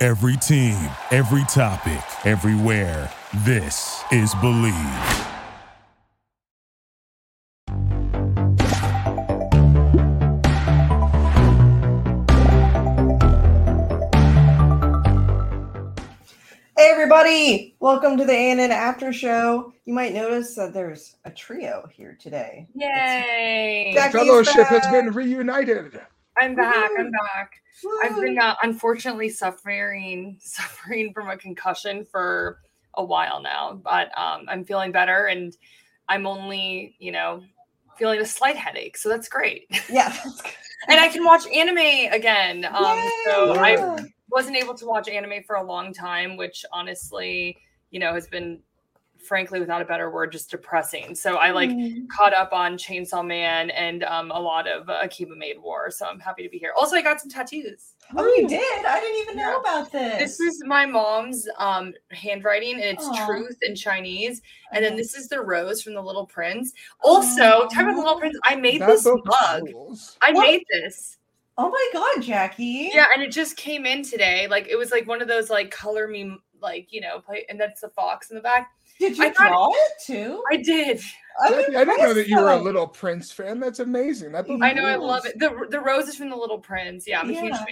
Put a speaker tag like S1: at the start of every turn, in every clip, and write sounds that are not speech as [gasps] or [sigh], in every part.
S1: Every team, every topic, everywhere. This is Believe.
S2: Hey everybody! Welcome to the ANN After Show. You might notice that there's a trio here today.
S3: Yay!
S2: Jack-
S4: Fellowship has
S2: back.
S4: been reunited.
S3: I'm back. I'm
S2: Woohoo.
S3: back. I've been uh, unfortunately suffering [laughs] suffering from a concussion for a while now, but um, I'm feeling better, and I'm only you know feeling a slight headache, so that's great. [laughs]
S2: yeah, that's good.
S3: and I can watch anime again. Um, so
S2: Yay!
S3: I wasn't able to watch anime for a long time, which honestly, you know, has been frankly without a better word just depressing so i like
S2: Oh,
S3: caught up on chainsaw man and um, a lot of uh, akiba made war so i'm happy to be here also i got some tattoos
S2: Oh, you did? I didn't even know
S3: Yeah.
S2: about this.
S3: this is my mom's um, handwriting and it's
S2: Aw.
S3: truth in chinese and then
S2: Okay.
S3: this is the rose from the little prince also talk about the little prince i made
S4: That
S3: this
S4: book
S3: mug
S4: rules.
S3: i
S2: What?
S3: made this
S2: Oh my god, Jackie!
S3: yeah and it just came in today like it was like one of those like color me like you know play and that's the fox in the back
S2: did you
S3: I thought-
S2: draw it too?
S3: i did
S2: I'm
S4: Jackie, I didn't know that you were a
S2: impressed.
S4: little Prince fan. That's amazing. That book
S3: I know, I love
S4: rules.
S3: it. The the rose is from the Little Prince. Yeah, I'm a huge
S2: Yeah.
S3: fan.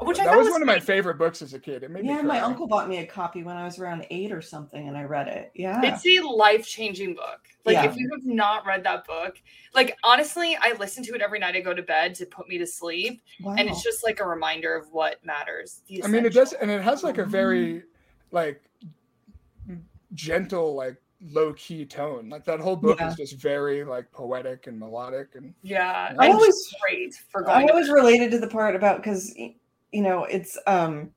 S3: Which I
S4: that
S3: thought
S4: was one of my
S3: funny.
S4: favorite books as a kid. It made me
S2: Yeah,
S4: cry.
S2: my uncle bought me a copy when I was around eight or something, and I read it. Yeah,
S3: It's a life changing book. Like
S2: Yeah.
S3: if you have not read that book, like honestly, I listen to it every night I go to bed to put me to sleep,
S2: wow.
S3: and it's just like a reminder of what matters. the
S4: I mean,
S3: essential.
S4: it
S3: Mm-hmm.
S4: does, and it has like a very, like, gentle, like low key tone. Like that whole book
S2: Yeah.
S4: is just very like poetic and melodic and
S3: Yeah,
S4: I
S3: I'm
S2: always-
S3: great for
S2: I
S3: going. to
S2: always related to the part about because you know it's um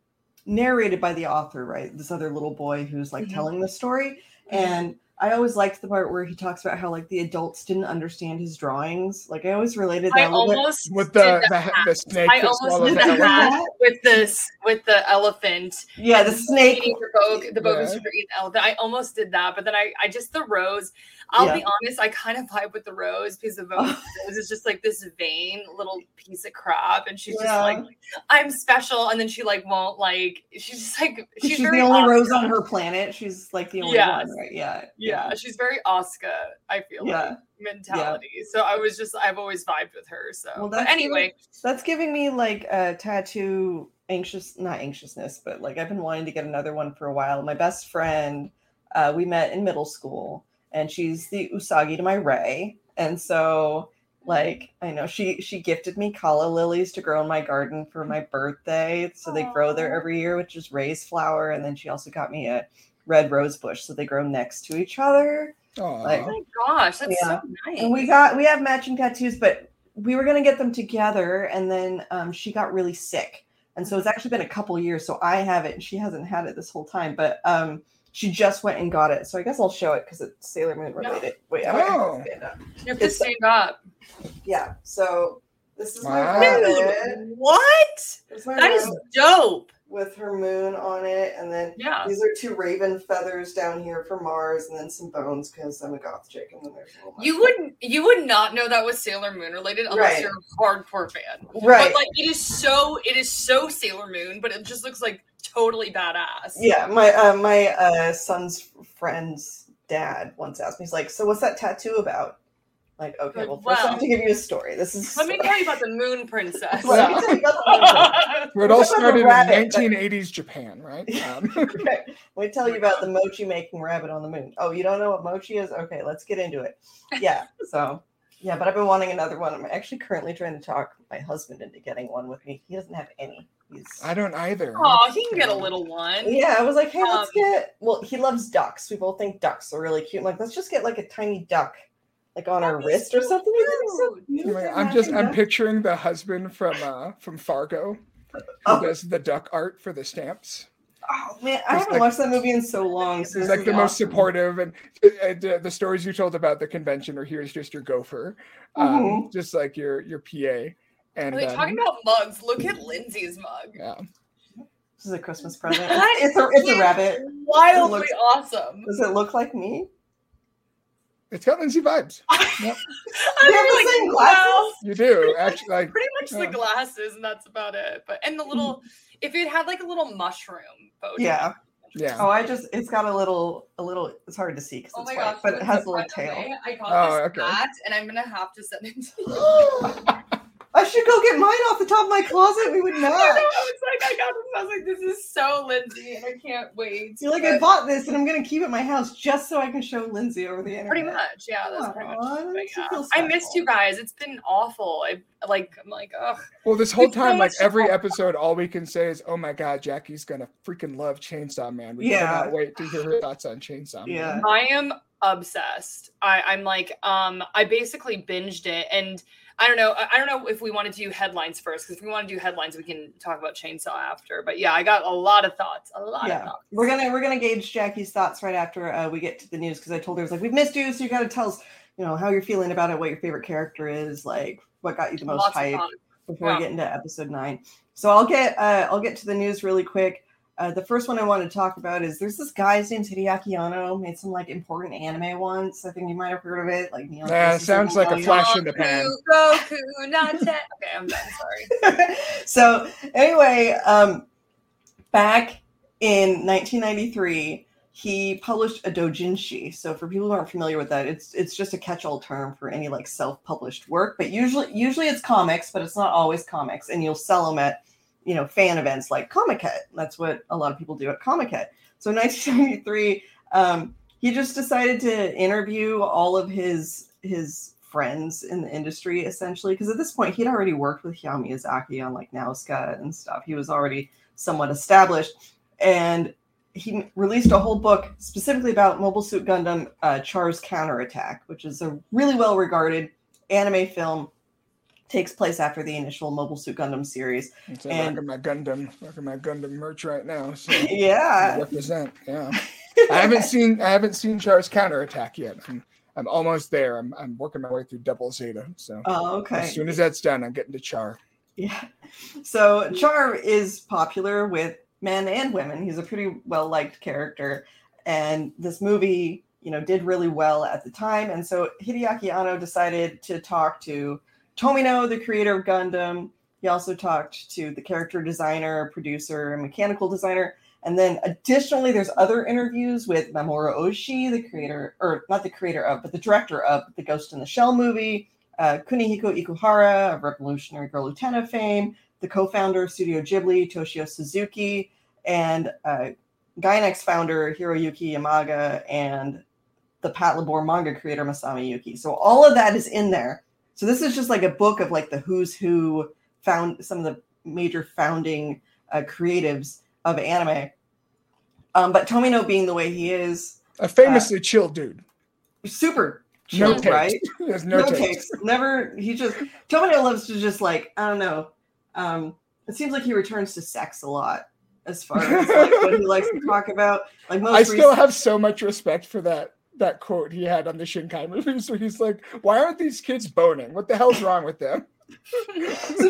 S2: narrated by the author, right? This other little boy who's like
S3: Mhm.
S2: telling the story,
S3: Mhm.
S2: and I always liked the part where he talks about how like the adults didn't understand his drawings. Like I always related
S3: I
S2: that. a little bit.
S3: almost
S4: with
S3: did
S4: the
S3: that
S4: the, the snake
S3: I
S4: that
S3: almost
S4: swallows
S3: did
S2: Did you
S3: that
S2: do
S4: everyone.
S3: hat.
S2: that?
S3: with this with the elephant
S2: Yeah, the snake.
S3: eating the bog, the bogus
S4: Yeah.
S3: for eating the elephant. I almost did Oh, that, but then I, I just the rose. I'll be honest, I kind of vibe with the rose because the
S2: [laughs]
S3: rose is just like this vain little piece of crap, and she's
S2: Yeah.
S3: just like, I'm special, and then she like won't like. She's just like she's,
S2: She's,
S3: very
S2: the only rose
S3: Oscar.
S2: on her planet. She's like the only
S3: Yes.
S2: one, right? Yeah.
S3: Yeah, she's very Oscar. I feel
S2: Yeah.
S3: like mentality. So I was just I've always vibed with her. So
S2: Well,
S3: but
S2: that's the-
S3: anyway,
S2: That's giving me like a tattoo anxious, not anxiousness, but like I've been wanting to get another one for a while. My best friend, uh, we met in middle school, and she's the Usagi to my Ray. And so, like, I know she she gifted me calla lilies to grow in my garden for my birthday. So they grow there
S3: Aw.
S2: every year, which is Ray's flower. And then she also got me a red rose bush, so they grow next to each other.
S4: Aw.
S2: Like-
S3: oh my gosh, that's so nice.
S2: and we got we have matching tattoos but we were going to get them together and then um, she got really sick and so it's actually been a couple years so i have it and she hasn't had it this whole time but um, she just went and got it so i guess i'll show it because it's sailor moon
S3: Yeah.
S2: related wait I'm
S4: Oh.
S2: gonna stand up.
S3: you have to
S2: it's-
S3: stand up.
S2: yeah so this is
S4: Wow.
S2: my rabbit.
S3: Dude, what?
S2: This is my
S3: That is
S2: rabbit
S3: dope.
S2: with her moon on it and then
S3: Yeah.
S2: these are two raven feathers down here for mars and then some bones because i'm a goth chick and then there's a little-
S3: You wouldn't you would not know that was Sailor Moon related unless
S2: Right.
S3: you're a hardcore fan.
S2: right
S3: But like it is so it is so Sailor Moon, but it just looks like totally badass.
S2: Yeah, my uh, my uh, son's friend's dad once asked me. He's like, "So what's that tattoo about?" Like, okay, well, first I
S5: Well-
S2: have to give you a story. This is. [laughs]
S5: Let me tell you about the moon princess. [laughs]
S2: Let me tell you about
S4: Where it all
S2: It's like a
S4: started in
S2: rabbit, but-
S4: 1980s Japan, right? Um,
S2: the okay, let me tell you about the mochi making rabbit on the moon. Oh, you don't know what mochi is? Okay, let's get into it. Yeah. So, yeah, but I've been wanting another one. I'm actually currently trying to talk my husband into getting one with me. He doesn't have any. He's.
S4: I don't
S3: [laughs]
S4: either.
S5: Aw, he can get a little [laughs] one.
S2: Yeah, I was like, hey,
S5: Um,
S2: let's get. Well, he loves ducks. We both think ducks are really cute. I'm like, let's just get like a tiny duck, like on our
S5: That'd be
S2: wrist or
S5: so
S2: something. He's like, so
S5: cute.
S2: cute.
S4: Anyway,
S2: They're
S4: I'm just
S2: matching
S4: I'm picturing the husband from uh from Fargo who
S2: Oh.
S4: does the duck art for the stamps.
S2: Oh man, I
S4: It's
S2: haven't
S4: like-
S2: watched that movie in so long. So
S4: He's
S2: this
S4: like
S2: is
S4: the most
S2: awesome.
S4: supportive, and, and uh, the stories you told about the convention, or he was just your gopher, um,
S2: Mhm.
S4: just like your your PA. And
S5: Wait,
S4: um,
S5: talking about mugs, look at Lindsay's mug.
S4: yeah,
S2: This is a Christmas present.
S5: That
S2: it's a it's a rabbit.
S5: Wildly
S2: It looks-
S5: awesome. [laughs]
S2: Does it look like me?
S4: it's got Lindsay vibes.
S2: We have
S5: was
S2: the same glasses?
S4: You do actually
S2: [gasps]
S4: like
S5: pretty much
S4: yeah.
S5: the glasses, and that's about it. But and the little, if it had like a little mushroom, bow tie.
S2: Mm. Yeah.
S4: yeah.
S2: Oh, I just it's got a little a little. It's hard to see because
S5: Oh
S2: it's
S5: my
S2: white,
S5: gosh!
S2: but it
S5: Lindsay,
S2: has a little
S5: by the
S2: tail.
S5: way, I got
S4: Oh,
S5: this
S4: okay.
S5: hat, and I'm gonna have to send it to [laughs]
S2: [laughs]
S5: you.
S2: I should go get mine off the top of my
S5: [laughs]
S2: closet. We would
S5: I, know, I
S2: not.
S5: was like, I got this. I was like, this is so Lindsay, and I can't wait.
S2: You're like,
S5: But
S2: I bought this and I'm gonna keep it in my house just so I can show Lindsay over the
S5: [laughs]
S2: internet.
S5: pretty much, yeah. That's pretty much.
S2: Aw, that
S5: but
S2: makes me
S5: yeah.
S2: feel
S5: I missed
S2: special.
S5: you guys. It's been awful. I like. I'm like, ugh.
S4: Well, this whole
S5: It's so
S4: time, like
S5: much to
S4: every
S5: talk
S4: episode, all we can say is, "Oh my God, Jackie's gonna freaking love Chainsaw Man." We
S2: Yeah.
S4: cannot wait to hear her thoughts on Chainsaw Man.
S2: Yeah.
S5: I am obsessed. I, I'm like, um, I basically binged it, and I don't know. I, I don't know if we want to do headlines first, because if we want to do headlines, we can talk about Chainsaw after. But yeah, I got a lot of thoughts. A lot of
S2: Yeah,
S5: thoughts.
S2: we're gonna we're gonna gauge Jackie's thoughts right after uh, we get to the news because I told her I was like we've missed you, so you gotta tell us you know how you're feeling about it, what your favorite character is, like what got you the most
S5: Lots of
S2: hype
S5: thoughts.
S2: before
S5: yeah.
S2: we get into episode nine. So I'll get uh, I'll get to the news really quick. Uh, the first one I want to talk about is there's this guy named Hideaki Anno made some like important anime once. I think you might have heard of it. Like Neon
S4: Yeah,
S2: Genesis
S4: sounds like a
S2: Evangelion.
S4: flash in the pan.
S5: Goku,
S2: [laughs]
S5: Nate. Okay, I'm done. Sorry.
S2: so anyway, um, back in 1993, he published a doujinshi. So for people who aren't familiar with that, it's it's just a catch-all term for any like self-published work. But usually, usually it's comics, but it's not always comics. And you'll sell them at you know fan events like Comic Con. That's what a lot of people do at Comic Con. So in 1973, um, he just decided to interview all of his his friends in the industry essentially because at this point he'd already worked with Hayao Miyazaki on like Nausicaa and stuff. He was already somewhat established, and he released a whole book specifically about Mobile Suit Gundam uh, Char's Counterattack, which is a really well regarded anime film. Takes place after the initial Mobile Suit Gundam series.
S4: It's a
S2: And-
S4: rocking my Gundam, rocking my Gundam merch right now. So
S2: Yeah,
S4: represent,
S2: [laughs]
S4: yeah. I haven't seen I haven't seen Char's counterattack yet. I'm, I'm almost there. I'm, I'm working my way through Double Zeta. So
S2: Oh, okay.
S4: as soon as that's done, I'm getting to Char.
S2: Yeah. So Char is popular with men and women. He's a pretty well liked character. And this movie, you know, did really well at the time. And so Hideaki Anno decided to talk to Tomino, the creator of Gundam. He also talked to the character designer, producer, and mechanical designer. And then additionally, there's other interviews with Mamoru Oshii, the creator, or not the creator of, but the director of the Ghost in the Shell movie, uh, Kunihiko Ikuhara of Revolutionary Girl Lieutenant fame, the co-founder of Studio Ghibli, Toshio Suzuki, and uh, Gainax founder Hiroyuki Yamaga, and the Pat Labor manga creator Masami Yuki. So all of that is in there. So this is just like a book of like the who's who found some of the major founding uh, creatives of anime. Um, but Tomino being the way he is,
S4: A famously chill dude.
S2: super
S4: No
S2: Uh, chill,
S4: takes.
S2: right?
S4: [laughs] There's no,
S2: no,
S4: takes.
S2: takes. Never. He just Domino loves to just like I don't know. Um, it seems like he returns to sex a lot as far as like what he likes to talk about. Like most
S4: I still
S2: recent-
S4: have so much respect for that that quote he had on the Shinkai [laughs] movies where he's like, Why aren't these kids boning? What the hell's wrong with them?
S2: so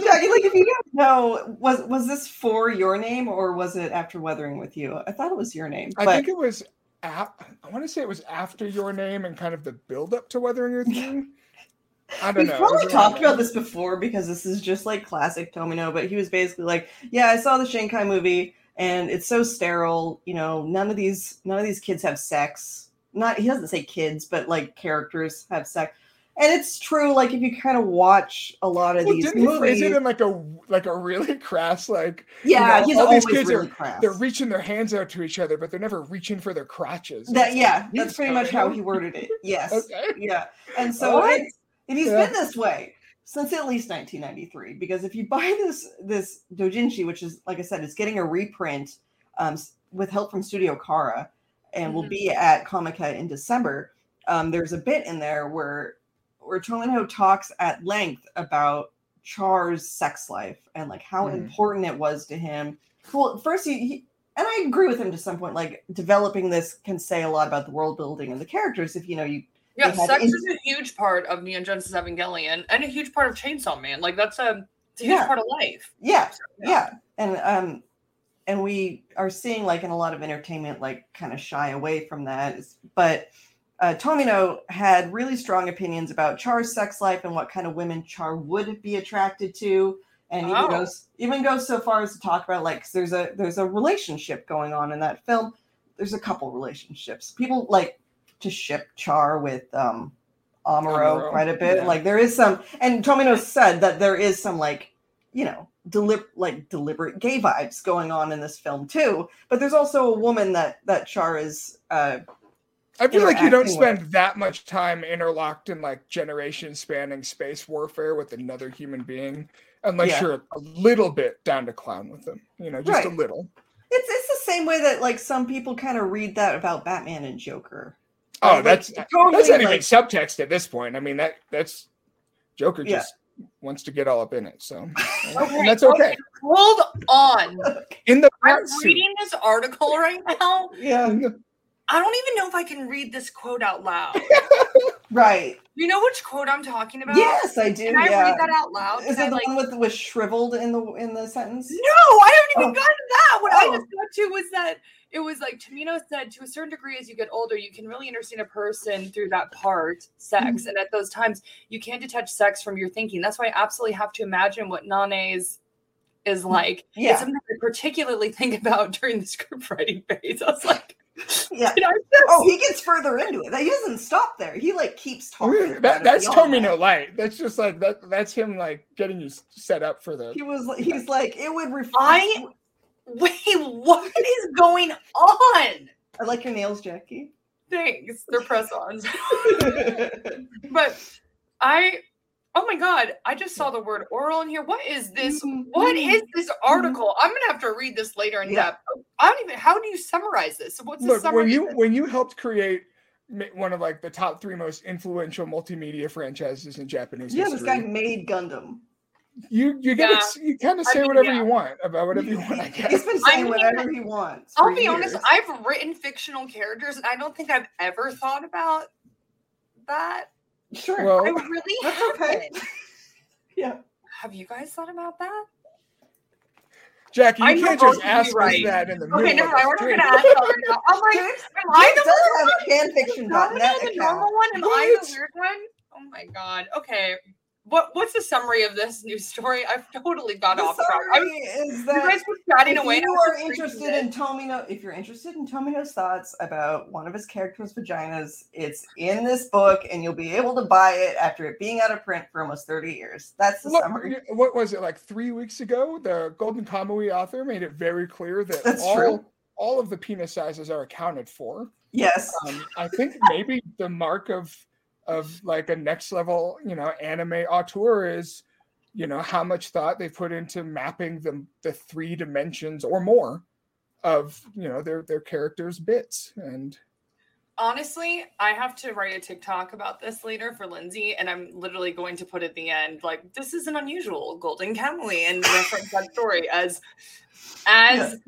S2: Jackie, like if you don't know, was was this for your name or was it after weathering with you? I thought it was your name,
S4: I
S2: but
S4: think it was a- I want to say it was after your name and kind of the build up to weathering your thing. I don't
S2: We've
S4: know. it was
S2: probably
S4: around
S2: talked
S4: there.
S2: about this before because this is just like classic Tomino, but he was basically like, "Yeah, I saw the Shanghai movie, and it's so sterile. You know, none of these none of these kids have sex. Not he doesn't say kids, but like characters have sex, and it's true. Like if you kind of watch a lot of
S4: Well,
S2: these
S4: didn't he phrase
S2: movies,
S4: it in like a like a really crass like
S2: yeah,
S4: know,
S2: he's
S4: all these
S2: always
S4: kids
S2: really
S4: are-
S2: crass.
S4: they're reaching their hands out to each other, but they're never reaching for their crotches.
S2: that,
S4: It's
S2: yeah,
S4: like,
S2: that's
S4: he's
S2: pretty much
S4: coming.
S2: how he worded it. Yes,
S4: [laughs] Okay.
S2: yeah, and so
S4: What?
S2: it's- and he's
S4: Yeah.
S2: been this way since at least 1993. Because if you buy this this dojinshi, which is like I said, it's getting a reprint um, s- with help from Studio Kara, and will
S4: Mm-hmm.
S3: Mhm.
S2: be at Comica in December. Um, there's a bit in there where where Tolinho talks at length about Char's sex life and like how
S4: Mhm.
S2: important it was to him. Well, first he, he and I agree with him to some point. Like developing this can say a lot about the world building and the characters. If you know you
S3: Yeah,
S2: They had
S3: sex
S2: in-
S3: is a huge part of Neon Genesis Evangelion and a huge part of Chainsaw Man. Like that's a, it's a huge
S2: Yeah.
S3: part of life.
S2: yeah
S3: So,
S2: yeah and um and we are seeing like in a lot of entertainment like kind of shy away from that It's- but uh, Tomino had really strong opinions about Char's sex life and what kind of women Char would be attracted to, and
S3: Oh.
S2: even goes even goes so far as to talk about like 'cause there's a there's a relationship going on in that film. There's a couple relationships. People like to ship Char with um, Amuro,
S4: Amuro,
S2: quite a bit.
S4: yeah.
S2: Like there is some, and Tomino said that there is some like you know deli- like deliberate gay vibes going on in this film too. But there's also a woman that that Char is. Uh,
S4: I feel like you don't
S2: interacting with.
S4: spend that much time interlocked in like generation spanning space warfare with another human being unless
S2: Yeah.
S4: you're a little bit down to clown with them, you know, just a
S2: Right.
S4: little.
S2: It's it's the same way that like some people kind of read that about Batman and Joker.
S4: Oh,
S2: Like,
S4: that's
S2: totally
S4: that's not even
S2: like-
S4: subtext at this point. I mean that that's Joker
S2: Yeah.
S4: just wants to get all up in it, so
S3: Okay,
S4: and that's okay.
S3: Hold
S2: [laughs]
S3: on.
S4: In the
S3: I'm
S4: hot seat.
S3: reading this article right now.
S2: yeah,
S3: I don't even know if I can read this quote out loud.
S2: [laughs] right.
S3: You know which quote I'm talking about?
S2: Yes, I do.
S3: Can I
S2: yeah.
S3: read that out loud?
S2: Is
S3: Can I,
S2: it the
S3: like-
S2: one with with shriveled in the in the sentence?
S3: No, I haven't even
S2: Oh.
S3: gotten to that. What I
S2: Oh.
S3: just got to was that it was like Tamino said, to a certain degree, as you get older, you can really understand a person through that part,
S2: Mm-hmm.
S3: sex. And at those times, you can't detach sex from your thinking. That's why I absolutely have to imagine what Nane's is like.
S2: Mm-hmm. Yeah.
S3: It's something I particularly think [laughs] about during the script writing phase. I was like,
S2: Yeah.
S3: did I just-
S2: Oh, he gets further into it. He doesn't stop there. He like keeps talking. about
S4: That,
S2: it
S4: that's
S2: beyond that.
S4: Tomino light. That's just like that. That's him like getting you s- set up for the
S2: He was he's like it would reflect.
S3: I- wait, what is going on?
S2: I like your nails,
S3: [laughs]
S2: Jackie.
S3: Thanks. They're press ons. but I, oh my God, I just saw the word oral in here. What is this? What is this article? I'm gonna have to read this later in
S2: Mm. Mm-hmm. Yeah.
S3: depth. I don't even. How do you summarize this? So What's the
S4: look
S3: summary?
S4: when
S3: of
S4: you
S3: this?
S4: when you helped create ma- one of like the top three most influential multimedia franchises in Japanese
S2: yeah, this
S4: history.
S2: guy made Gundam.
S4: You you get
S3: Yeah.
S4: ex- you kind of
S3: I
S4: say
S3: mean,
S4: whatever
S3: yeah.
S4: you want about whatever
S2: [laughs]
S4: you want. I
S2: He's
S4: guess.
S2: been saying
S3: mean,
S2: whatever he wants.
S3: I'll
S2: for
S3: be honest.
S2: years.
S3: I've written fictional characters, and I don't think I've ever thought about that.
S2: sure.
S4: Well,
S3: I really
S2: that's okay.
S3: haven't.
S2: yeah.
S3: Have you guys thought about that?
S4: Jackie, you
S3: I know
S4: can't
S3: both
S4: just
S3: of you
S4: ask us
S3: right.
S4: that in the
S3: Okay,
S4: middle
S3: never
S4: of
S3: mind.
S4: the
S3: We're not
S4: stream.
S3: gonna ask about it now. I'm like, am I
S2: Jake
S3: the
S2: does have a
S3: [laughs]
S2: fanfiction
S3: Domino
S2: .net
S3: the
S2: account.
S3: normal one? Am I
S4: What?
S3: the weird one? Oh my god. Okay. What what's the summary of this news story? I've totally got
S2: The
S3: off track. I was,
S2: summary is
S3: you
S2: that
S3: guys were chatting
S2: if
S3: away. and
S2: you
S3: I was
S2: are
S3: just reading
S2: interested
S3: this.
S2: in Tomino, if you're interested in Tomino's thoughts about one of his characters' vaginas, it's in this book, and you'll be able to buy it after it being out of print for almost 30 years. That's the
S4: Look,
S2: summary.
S4: you- what was it like three weeks ago? The Golden Kamui author made it very clear that
S2: That's
S4: all
S2: true.
S4: all of the penis sizes are accounted for.
S2: Yes.
S4: um, I think maybe the mark of of like a next level, you know, anime auteur is, you know, how much thought they put into mapping the the three dimensions or more of you know their their characters' bits. And
S3: Honestly, I have to write a TikTok about this later for Lindsay, and I'm literally going to put at the end like this is an unusual golden camely and reference that story as as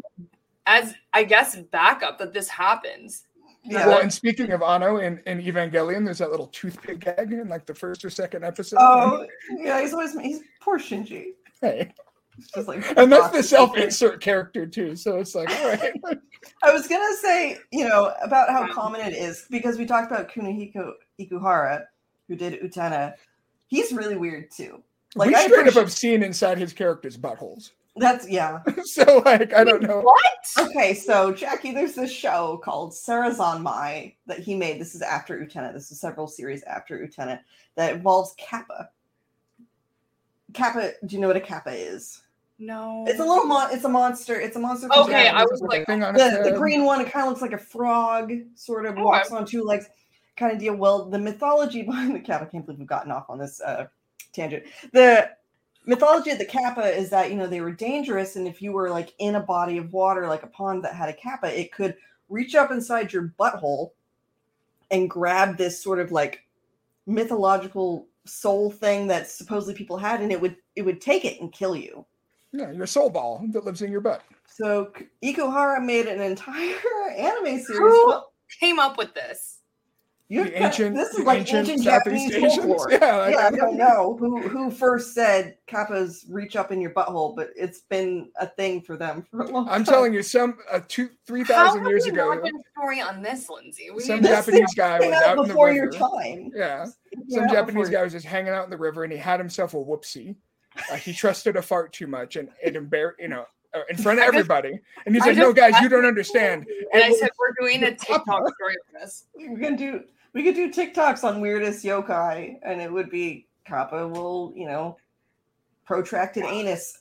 S3: as I guess backup that this happens.
S2: Yeah.
S4: well, and speaking of Ano and, and Evangelion, there's that little toothpick gag in like the first or second episode.
S2: Oh, yeah. He's always he's poor Shinji.
S4: [laughs] Hey.
S2: It's Just like
S4: and that's
S2: [laughs]
S4: the
S2: boxes.
S4: self-insert character too. So it's like, all right,
S2: I was gonna say, you know, about how
S3: Wow.
S2: common it is because we talked about Kunihiko Ikuhara, who did Utana. He's really weird too. [laughs] Like
S4: we
S2: I
S4: straight up
S2: appreciate-
S4: obscene inside his character's buttholes. [laughs]
S2: That's yeah.
S4: so like I don't know.
S3: What?
S2: Okay, so Jackie, there's this show called Sarah's on My that he made. This is after Utena. This is several series after Utena that involves Kappa. Kappa, do you know what a Kappa is?
S3: No.
S2: It's a little mon. It's a monster. It's a monster. from
S3: Okay,
S2: Japan.
S3: I was
S4: With a
S3: like,
S4: thing on its
S2: the, the
S4: head.
S2: green one. It kind of looks like a frog, sort of
S3: Oh,
S2: walks on two legs, kind of deal. Well, the mythology [laughs] behind the kappa. I can't believe we've gotten off on this uh, tangent. The mythology of the kappa is that you know they were dangerous, and if you were like in a body of water, like a pond that had a kappa, it could reach up inside your butthole and grab this sort of like mythological soul thing that supposedly people had, and it would it would take it and kill you.
S4: Yeah, your soul ball that lives in your butt.
S2: So K- Ikuhara made an entire [laughs] anime series.
S3: Who
S2: Well,
S3: came up up with this?
S2: you
S4: the ancient,
S2: this is
S4: the
S2: like
S4: ancient,
S2: ancient,
S4: Southeast
S2: Japanese
S4: Asians.
S2: folklore.
S4: [laughs] Yeah, like,
S2: Yeah, I don't know who who first said kappas reach up in your butthole, but it's been a thing for them for a long time.
S4: I'm telling you, some uh, two, three
S3: How
S4: thousand
S3: have
S4: years
S3: we
S4: ago,
S3: not done a story on this, Lindsay? We
S4: some
S3: need to-
S2: This thing
S4: Japanese guy
S2: Came
S4: was
S2: out
S4: out in the
S2: before your
S4: river.
S2: time.
S4: Yeah,
S2: It came
S4: some
S2: out
S4: Japanese
S2: before
S4: guy was just hanging out in the river, and he had himself a whoopsie. Uh, he trusted a fart too much, and it embarrassed, you know, uh, in front of
S3: I just-
S4: everybody. And he
S3: I
S4: said, "No,
S3: just-
S4: guys, you don't understand."
S3: And I
S4: It
S3: said, we're doing
S4: [laughs]
S3: a TikTok story on this.
S2: your- We can do we could do TikToks on weirdest yokai, and it would be kappa will you know protracted anus.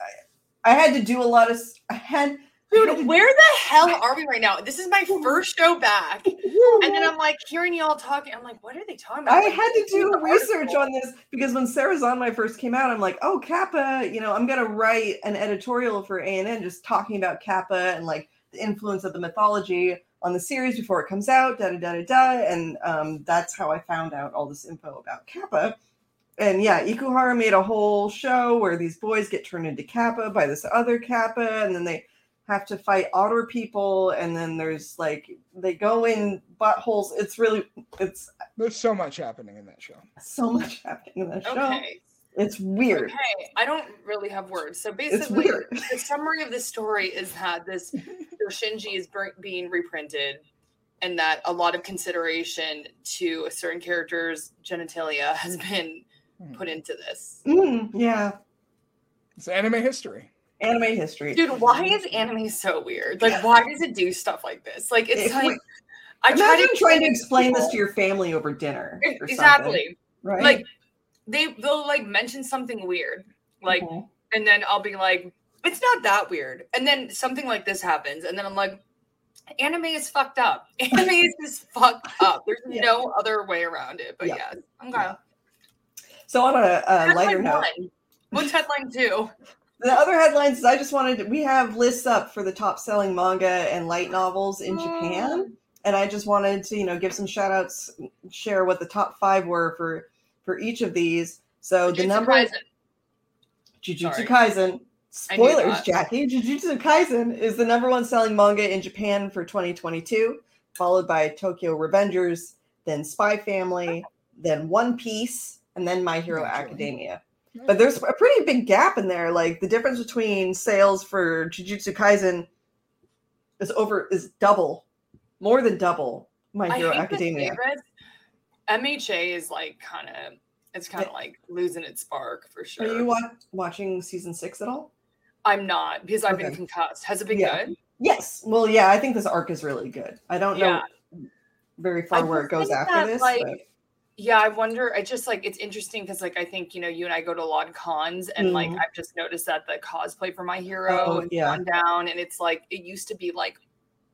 S2: I, I had to do a lot of s- I had
S3: Dude, where the hell are we right now? This is
S4: [laughs]
S3: my first show back. And then I'm like hearing y'all talking. I'm like, what are they talking about?
S2: I had to do
S3: Article.
S2: research on this because when Sarah's on my first came out, I'm like, oh Kappa, you know, I'm gonna write an editorial for A and N just talking about Kappa and like the influence of the mythology on the series before it comes out, da da da da da. And um, that's how I found out all this info about Kappa. And yeah, Ikuhara made a whole show where these boys get turned into Kappa by this other Kappa, and then they have to fight otter people, and then there's like they go in buttholes. It's really it's
S4: There's so much happening in that show.
S2: so much happening in the show.
S3: Okay.
S2: It's weird.
S3: Okay. I don't really have words. So basically,
S2: It's weird.
S3: the summary of the story is
S2: [laughs]
S3: that this Shinji is br- being reprinted, and that a lot of consideration to a certain character's genitalia has been
S2: Hmm.
S4: Mhm.
S3: put into this.
S2: Mm, yeah.
S4: It's anime history.
S2: Anime history. Mm.
S3: Dude, why is anime so weird? Like, why does it do stuff like this? Like, it's
S2: If
S3: like
S2: we-
S3: I try
S2: Imagine
S3: to
S2: trying to explain this to your family over dinner. or something,
S3: exactly.
S2: Right.
S3: Like, they they'll like mention something weird, like,
S2: Mhm.
S3: and then I'll be like, it's not that weird, and then something like this happens, and then I'm like, anime is fucked up. [laughs] Anime is just fucked up. There's
S2: Yeah.
S3: no other way around it. But
S2: Yeah.
S3: yes, I'm
S2: Yeah.
S3: glad.
S2: so on a, a lighter note,
S3: one. What's headline
S2: [laughs]
S3: two?
S2: the other headlines is I just wanted to, we have lists up for the top selling manga and light novels in
S3: Mm.
S2: Japan. And I just wanted to, you know, give some shout outs, share what the top five were for for each of these. So the
S3: Jujutsu
S2: number
S3: Kaisen.
S2: Jujutsu
S3: Sorry.
S2: Kaisen.
S3: I knew
S2: Spoilers,
S3: that.
S2: Jackie. Jujutsu Kaisen is the number one selling manga in Japan for 2022, followed by Tokyo Revengers, then Spy Family, then One Piece, and then My Hero
S4: Naturally.
S2: Academia. But there's a pretty big gap in there. Like the difference between sales for Jujutsu Kaisen is over is double, more than double My
S3: I
S2: Hero
S3: hate this
S2: Academia.
S3: favorite. MHA is like kind of it's kind of like losing its spark for
S2: Are
S3: sure.
S2: you wa- watching season six at all?
S3: I'm not because I've been
S2: Okay.
S3: concussed. Has it been
S2: Yeah.
S3: good?
S2: Yes. Well, yeah, I think this arc is really good. I don't know
S3: Yeah.
S2: very far
S3: I
S2: where it
S3: just
S2: goes
S3: think
S2: after
S3: that,
S2: this.
S3: like,
S2: but-
S3: Yeah, I wonder. I just like it's interesting because like I think you know you and I go to a lot of cons and like
S2: Mhm.
S3: I've just noticed that the cosplay for my hero
S2: Oh,
S3: has
S2: yeah.
S3: gone down and it's like it used to be like